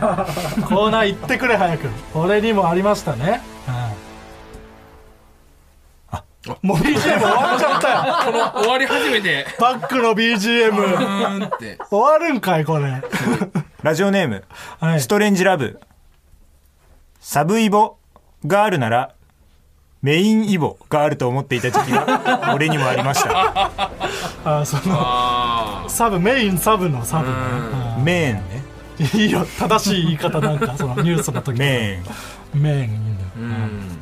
Speaker 3: ーナー行ってくれ早く俺にもありましたね、うん、もう BGM 終わっちゃったよ
Speaker 6: この終わり始めて、
Speaker 3: バックの BGM
Speaker 6: うーんって。
Speaker 3: 終わるんかいこれ
Speaker 2: ラジオネーム
Speaker 3: はい
Speaker 2: ストレンジラブサブイボがあるならメインイボがあると思っていた時期 が俺にもありました
Speaker 3: あその
Speaker 6: あ
Speaker 3: サブメインサブのサブね、
Speaker 2: メーンね
Speaker 3: うんいいよ正しい言い方なんかそのニュースの時
Speaker 2: メーン
Speaker 3: メインいいんだよ
Speaker 6: あ。うん。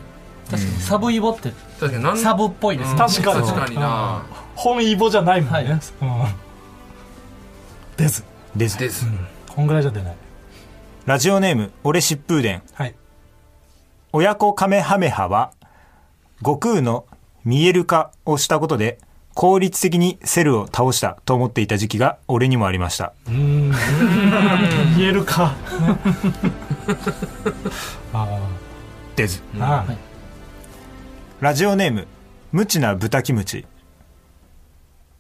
Speaker 5: 確かに、サブイボって、
Speaker 6: 確かに、なん
Speaker 5: サブっぽいですね。
Speaker 3: 確かに
Speaker 6: 確かにな。
Speaker 3: 本イボじゃないもんね、
Speaker 5: はい
Speaker 3: うんです
Speaker 2: です
Speaker 6: です。
Speaker 3: こんぐらいじゃ出ない
Speaker 2: ラジオネーム俺疾風伝
Speaker 3: はい
Speaker 2: 親子カメハメハは悟空の見える化をしたことで効率的にセルを倒したと思っていた時期が俺にもありました
Speaker 3: うーん言えるか あ
Speaker 2: です
Speaker 3: あなあ、
Speaker 5: はい
Speaker 2: ラジオネーム無知な豚キムチ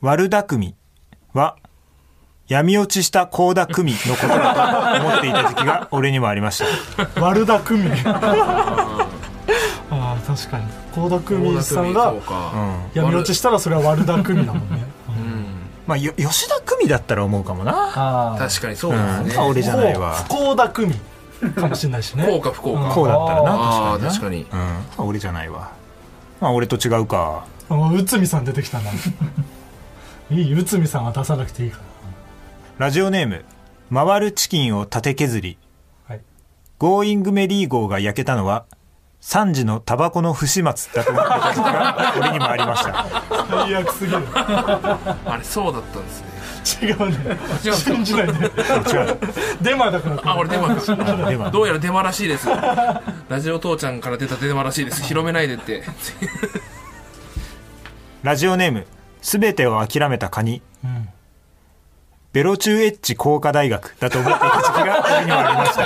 Speaker 2: 悪巧みは闇落ちした高田組のことだと思っていた時期が俺にもありました
Speaker 3: 悪だくみああ確かに倖田來未さんが
Speaker 6: そう
Speaker 2: う
Speaker 6: か。
Speaker 2: ん
Speaker 3: 闇落ちしたらそれは悪だくみだもんね、
Speaker 2: まあよ吉田組だったら思うかもな、
Speaker 5: ああ。
Speaker 6: 確かにそう
Speaker 2: う
Speaker 6: です
Speaker 2: ん
Speaker 6: ね。
Speaker 2: あ俺じゃないわ
Speaker 3: こう倖田來未かもしれないしね
Speaker 6: こうか不幸か。
Speaker 2: こうだったらな
Speaker 6: ああ、
Speaker 2: 確
Speaker 6: 確
Speaker 2: か
Speaker 6: か
Speaker 2: に
Speaker 6: に。
Speaker 2: なうんあ俺じゃないわまあ俺と違うか
Speaker 3: あ内海さん出てきた ないい内海さんは出さなくていいか
Speaker 2: ラジオネーム回るチキンを縦削り
Speaker 3: ら、はい、
Speaker 2: ゴーイングメリー号が焼けたのは3時のタバコの不始末だと思っていた時期が俺にもありま した
Speaker 3: 最悪すぎる
Speaker 6: あれ、そうだったんですね。
Speaker 3: 違うね
Speaker 6: 違う
Speaker 3: 信じないで
Speaker 2: 違う
Speaker 3: デマだからこれ
Speaker 6: あ、俺デマか。
Speaker 2: では
Speaker 6: どうやらデマらしいです。ラジオ父ちゃんから出たデマらしいです。広めないでって。
Speaker 2: ラジオネームすべてを諦めたカニ、ベロチューエッジ工科大学だと思っていた時期が俺にもありました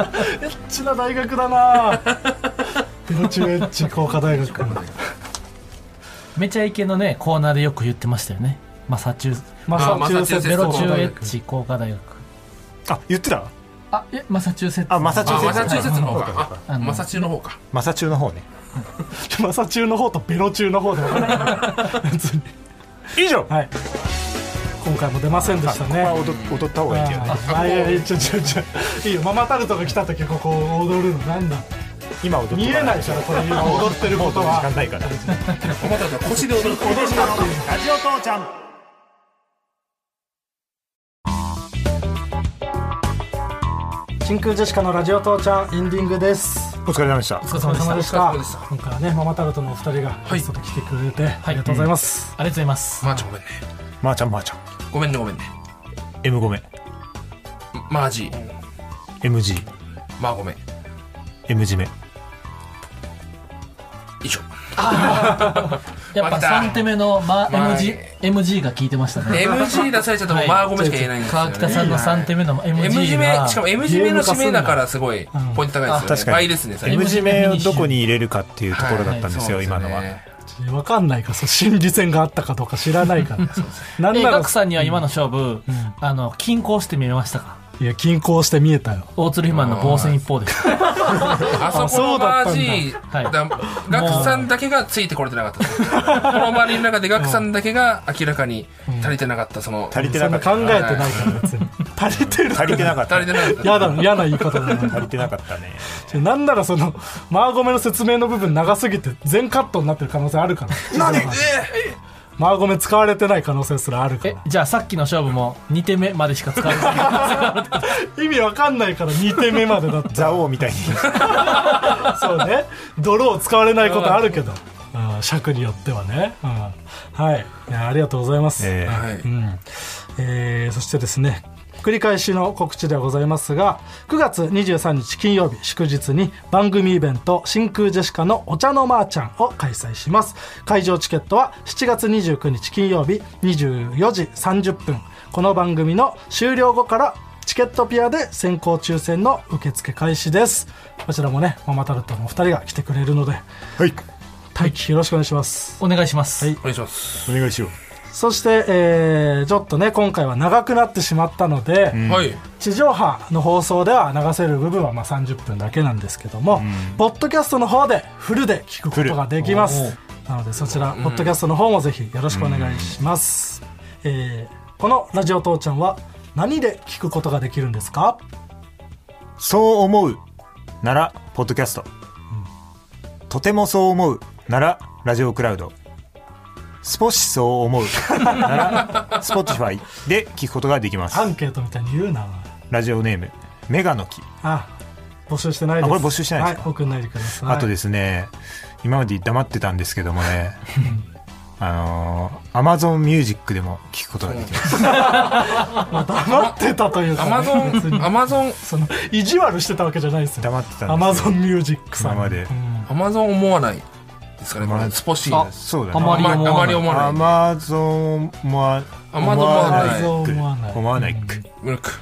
Speaker 3: エッチな大学だなピノチオエッチ工科大学
Speaker 5: めちゃイケのねコーナーでよく言ってましたよねマサチュ
Speaker 6: あ
Speaker 3: マサチューセッツ
Speaker 5: ベロ
Speaker 3: 工
Speaker 5: チ
Speaker 3: 科
Speaker 5: ューエ
Speaker 3: 大
Speaker 5: ッ
Speaker 3: 学
Speaker 5: ジ工科大学
Speaker 2: あ言ってた
Speaker 5: あえマサチューセッツ
Speaker 2: あマサチュ
Speaker 6: あ、マ
Speaker 2: ーセ
Speaker 6: サ
Speaker 2: ッ
Speaker 6: チュ
Speaker 2: ツ
Speaker 6: ーセッツの方か。
Speaker 5: あ
Speaker 6: あ、
Speaker 5: の
Speaker 6: マサチューの方か。
Speaker 2: マサチューの方ね
Speaker 3: マサチューの方とベロチューの方で分からない
Speaker 2: 以上
Speaker 3: はい今回も出ませんでしたね
Speaker 2: まあ踊踊った方がいいんだよね
Speaker 3: ああいやいやちょちょちょいいよママタルトが来た時ここ踊るのなんだ
Speaker 2: 今踊っとか
Speaker 3: 見えないからこれ今踊ってること
Speaker 2: 時
Speaker 3: は
Speaker 2: 間ないからラジ
Speaker 6: おまたせ腰で踊る。
Speaker 2: オ父ちゃん
Speaker 3: 真空ジェシカのラジオ父ちゃんエンディングです
Speaker 2: お疲れ様でした
Speaker 5: お疲れ様でしたあり
Speaker 6: お疲れ様で
Speaker 5: がとう
Speaker 6: した
Speaker 3: 今回はねママタルトのお二人がゲストで来てくれて、ありがとうございます、
Speaker 5: ございます
Speaker 6: マーチごめんね。
Speaker 2: まーちゃんまーちゃん
Speaker 6: ごめんね、ごめんね。
Speaker 2: M ごめん
Speaker 6: マージ。
Speaker 2: MG
Speaker 6: マーごめん。
Speaker 2: M じめ
Speaker 6: 以上。
Speaker 5: やっぱ
Speaker 6: また
Speaker 5: 3手目の、ま、
Speaker 6: まあ
Speaker 5: MG, MG が効いてましたね
Speaker 6: MG 出されちゃったらもうマーごめんしか言えないんですよ
Speaker 5: 川
Speaker 6: ね。
Speaker 5: 北さんの3手目の
Speaker 6: M 字
Speaker 5: MG
Speaker 6: 目
Speaker 5: が、
Speaker 6: しかも M 字目の締めだからすごいポイント高いですよ
Speaker 2: 確か
Speaker 6: ね。
Speaker 2: に
Speaker 6: 倍ですね、最
Speaker 5: M
Speaker 2: M
Speaker 5: 字
Speaker 2: 字
Speaker 5: 目
Speaker 2: 目
Speaker 5: を
Speaker 2: を
Speaker 5: ど
Speaker 2: ど
Speaker 5: こ
Speaker 2: こに入れるかっていうと
Speaker 6: と
Speaker 2: こ
Speaker 6: こ
Speaker 2: ろ
Speaker 6: ろ
Speaker 2: だ
Speaker 6: だ
Speaker 2: っ
Speaker 6: ったた
Speaker 2: んで
Speaker 6: んですす
Speaker 2: よ、
Speaker 6: よ
Speaker 2: 今
Speaker 6: 今
Speaker 2: の
Speaker 6: の
Speaker 2: は
Speaker 6: は
Speaker 3: 分かんないからそう心理戦があったかどうか知らない からなん
Speaker 5: え
Speaker 3: なら
Speaker 5: ガクさんには今の勝負、あの均衡して見えましたか
Speaker 3: いや均衡して見えたよ
Speaker 5: 大鶴ひまんの防戦一 方でした
Speaker 6: あそこのマージ
Speaker 5: あそうだったんだ
Speaker 6: だガクさんだけがついてこれてなかったです。この周りの中でガクさんだけが明らかに足りてなかった、その、
Speaker 2: 足りて
Speaker 3: そ
Speaker 2: なんか
Speaker 3: な
Speaker 2: っ
Speaker 3: 考
Speaker 2: た
Speaker 3: えてないから別に 足りてる
Speaker 2: 足りてなかっ
Speaker 6: 足
Speaker 2: た
Speaker 6: りてなかった。
Speaker 3: 嫌だ嫌な言い方だな
Speaker 2: 足りてなかったね
Speaker 3: ちょなんならそのマーゴメの説明の部分長すぎて全カットになってる可能性あるから何マーゴメ使われてない可能性すらあるか
Speaker 5: え
Speaker 3: ら
Speaker 5: じゃあさっきの勝負も2手目までしか使わない
Speaker 3: 意味わかんないから2手目までだって
Speaker 2: 蔵王みたいに
Speaker 3: そうね泥を使われないことあるけど、うん、尺によってはね、うん、はいいやありがとうございます、
Speaker 2: えー
Speaker 6: はい
Speaker 3: うんえーそしてですね繰り返しの告知ではございますが9月23日金曜日祝日に番組イベント「真空ジェシカのお茶のまーちゃん」を開催します会場チケットは7月29日金曜日24時30分この番組の終了後からチケットピアで先行抽選の受付開始ですこちらもねママタルトのお二人が来てくれるので
Speaker 2: はい
Speaker 3: 待機よろしくお願いします
Speaker 5: お願いします、
Speaker 6: お願いします。
Speaker 2: お願いしよ
Speaker 3: そして、えーちょっとね今回は長くなってしまったので、
Speaker 6: はい。
Speaker 3: 地上波の放送では流せる部分はまあ30分だけなんですけども、ポッドキャストの方でフルで聞くことができま
Speaker 5: フル
Speaker 3: すなのでそちら、ポッドキャストの方もぜひよろしくお願いします、えーこの「ラジオ父ちゃん」は何で聞くことができるんですか
Speaker 2: うそう思うならポッドキャスト、とてもそう思うならラジオクラウド少しそう思うなら Spotify で聞くことができます
Speaker 3: アンケートみたいに言うな
Speaker 2: ラジオネームメガの木
Speaker 3: あ募集してないです
Speaker 2: あこれ募集してないですか
Speaker 3: はい、送んないでください
Speaker 2: あとですね、今まで黙ってたんですけどもね、あのー、アマゾンミュージックでも聞くことができます。
Speaker 3: まあ黙ってたというか
Speaker 6: ア
Speaker 3: ね、
Speaker 6: マゾ
Speaker 3: 別に
Speaker 6: ン、アマゾン、
Speaker 3: その意地悪してたわけじゃないですよ
Speaker 2: 黙ってたんですよ
Speaker 3: アマゾンミュージックさん
Speaker 2: 今まで
Speaker 3: うん
Speaker 6: アマゾン思わないですかね、こ
Speaker 2: ま
Speaker 6: れ。
Speaker 2: あ
Speaker 6: スポシーです。
Speaker 2: そうだ
Speaker 5: あ
Speaker 6: あ
Speaker 5: ま
Speaker 2: ね。
Speaker 5: り
Speaker 6: ま
Speaker 5: 思わな
Speaker 6: あまり
Speaker 5: い
Speaker 6: 思
Speaker 2: ア
Speaker 6: わない。
Speaker 2: マゾンもあ、
Speaker 6: アマゾンもあ
Speaker 3: アマゾン思わない
Speaker 2: 思わないく。
Speaker 6: ブル ック。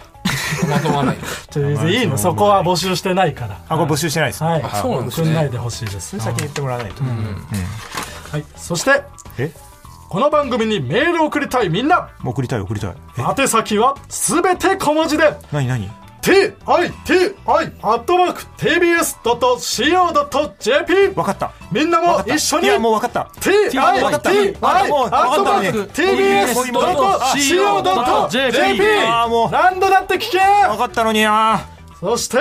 Speaker 6: アマゾン思わない。
Speaker 3: ちょいいのそこは募集してないから
Speaker 2: あ、これ募集してないです。
Speaker 3: はい
Speaker 6: あそうなんですね
Speaker 3: 送んないでほしいです
Speaker 2: 先に言ってもらわないと。
Speaker 3: はい、そして
Speaker 2: え
Speaker 3: この番組にメールを送りたいみんな
Speaker 2: もう送りたい、送りたい。え、
Speaker 3: 宛先はすべて小文字で
Speaker 2: なになに
Speaker 3: TITI アットマーク TBS.CO.JP
Speaker 2: わかった。
Speaker 3: みんな
Speaker 2: わ
Speaker 3: も
Speaker 2: かった
Speaker 3: 一緒
Speaker 2: い
Speaker 3: に
Speaker 2: や、もうわかった。
Speaker 3: TITI ア
Speaker 2: わか
Speaker 3: ッ
Speaker 2: っ
Speaker 3: ト
Speaker 2: た
Speaker 3: マ
Speaker 2: もうわかったね
Speaker 3: ーク TBS.CO.JP
Speaker 2: あーもう
Speaker 3: 何度だって聞け
Speaker 2: わかったのにな
Speaker 3: そして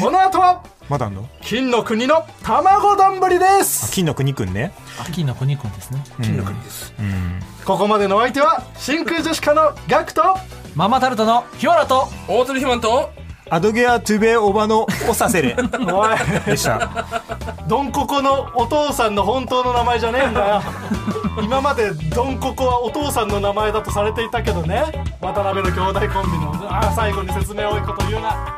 Speaker 3: この後は
Speaker 2: まだあんの
Speaker 3: 金の国の卵丼ぶりです
Speaker 2: 金の国くんね。
Speaker 5: 秋の子2君ですね
Speaker 6: 金の国です。
Speaker 3: ここまでのお相手は真空ジェシカのガクと
Speaker 5: ママタルトの日原と
Speaker 6: 大鶴ひまんと、
Speaker 2: アドゲアトゥベオバのオサセレ
Speaker 3: おい
Speaker 2: でした。
Speaker 3: ドンココのお父さんの本当の名前じゃねえんだよ今までドンココはお父さんの名前だとされていたけどね渡辺の兄弟コンビのああ最後に説明多いこと言うな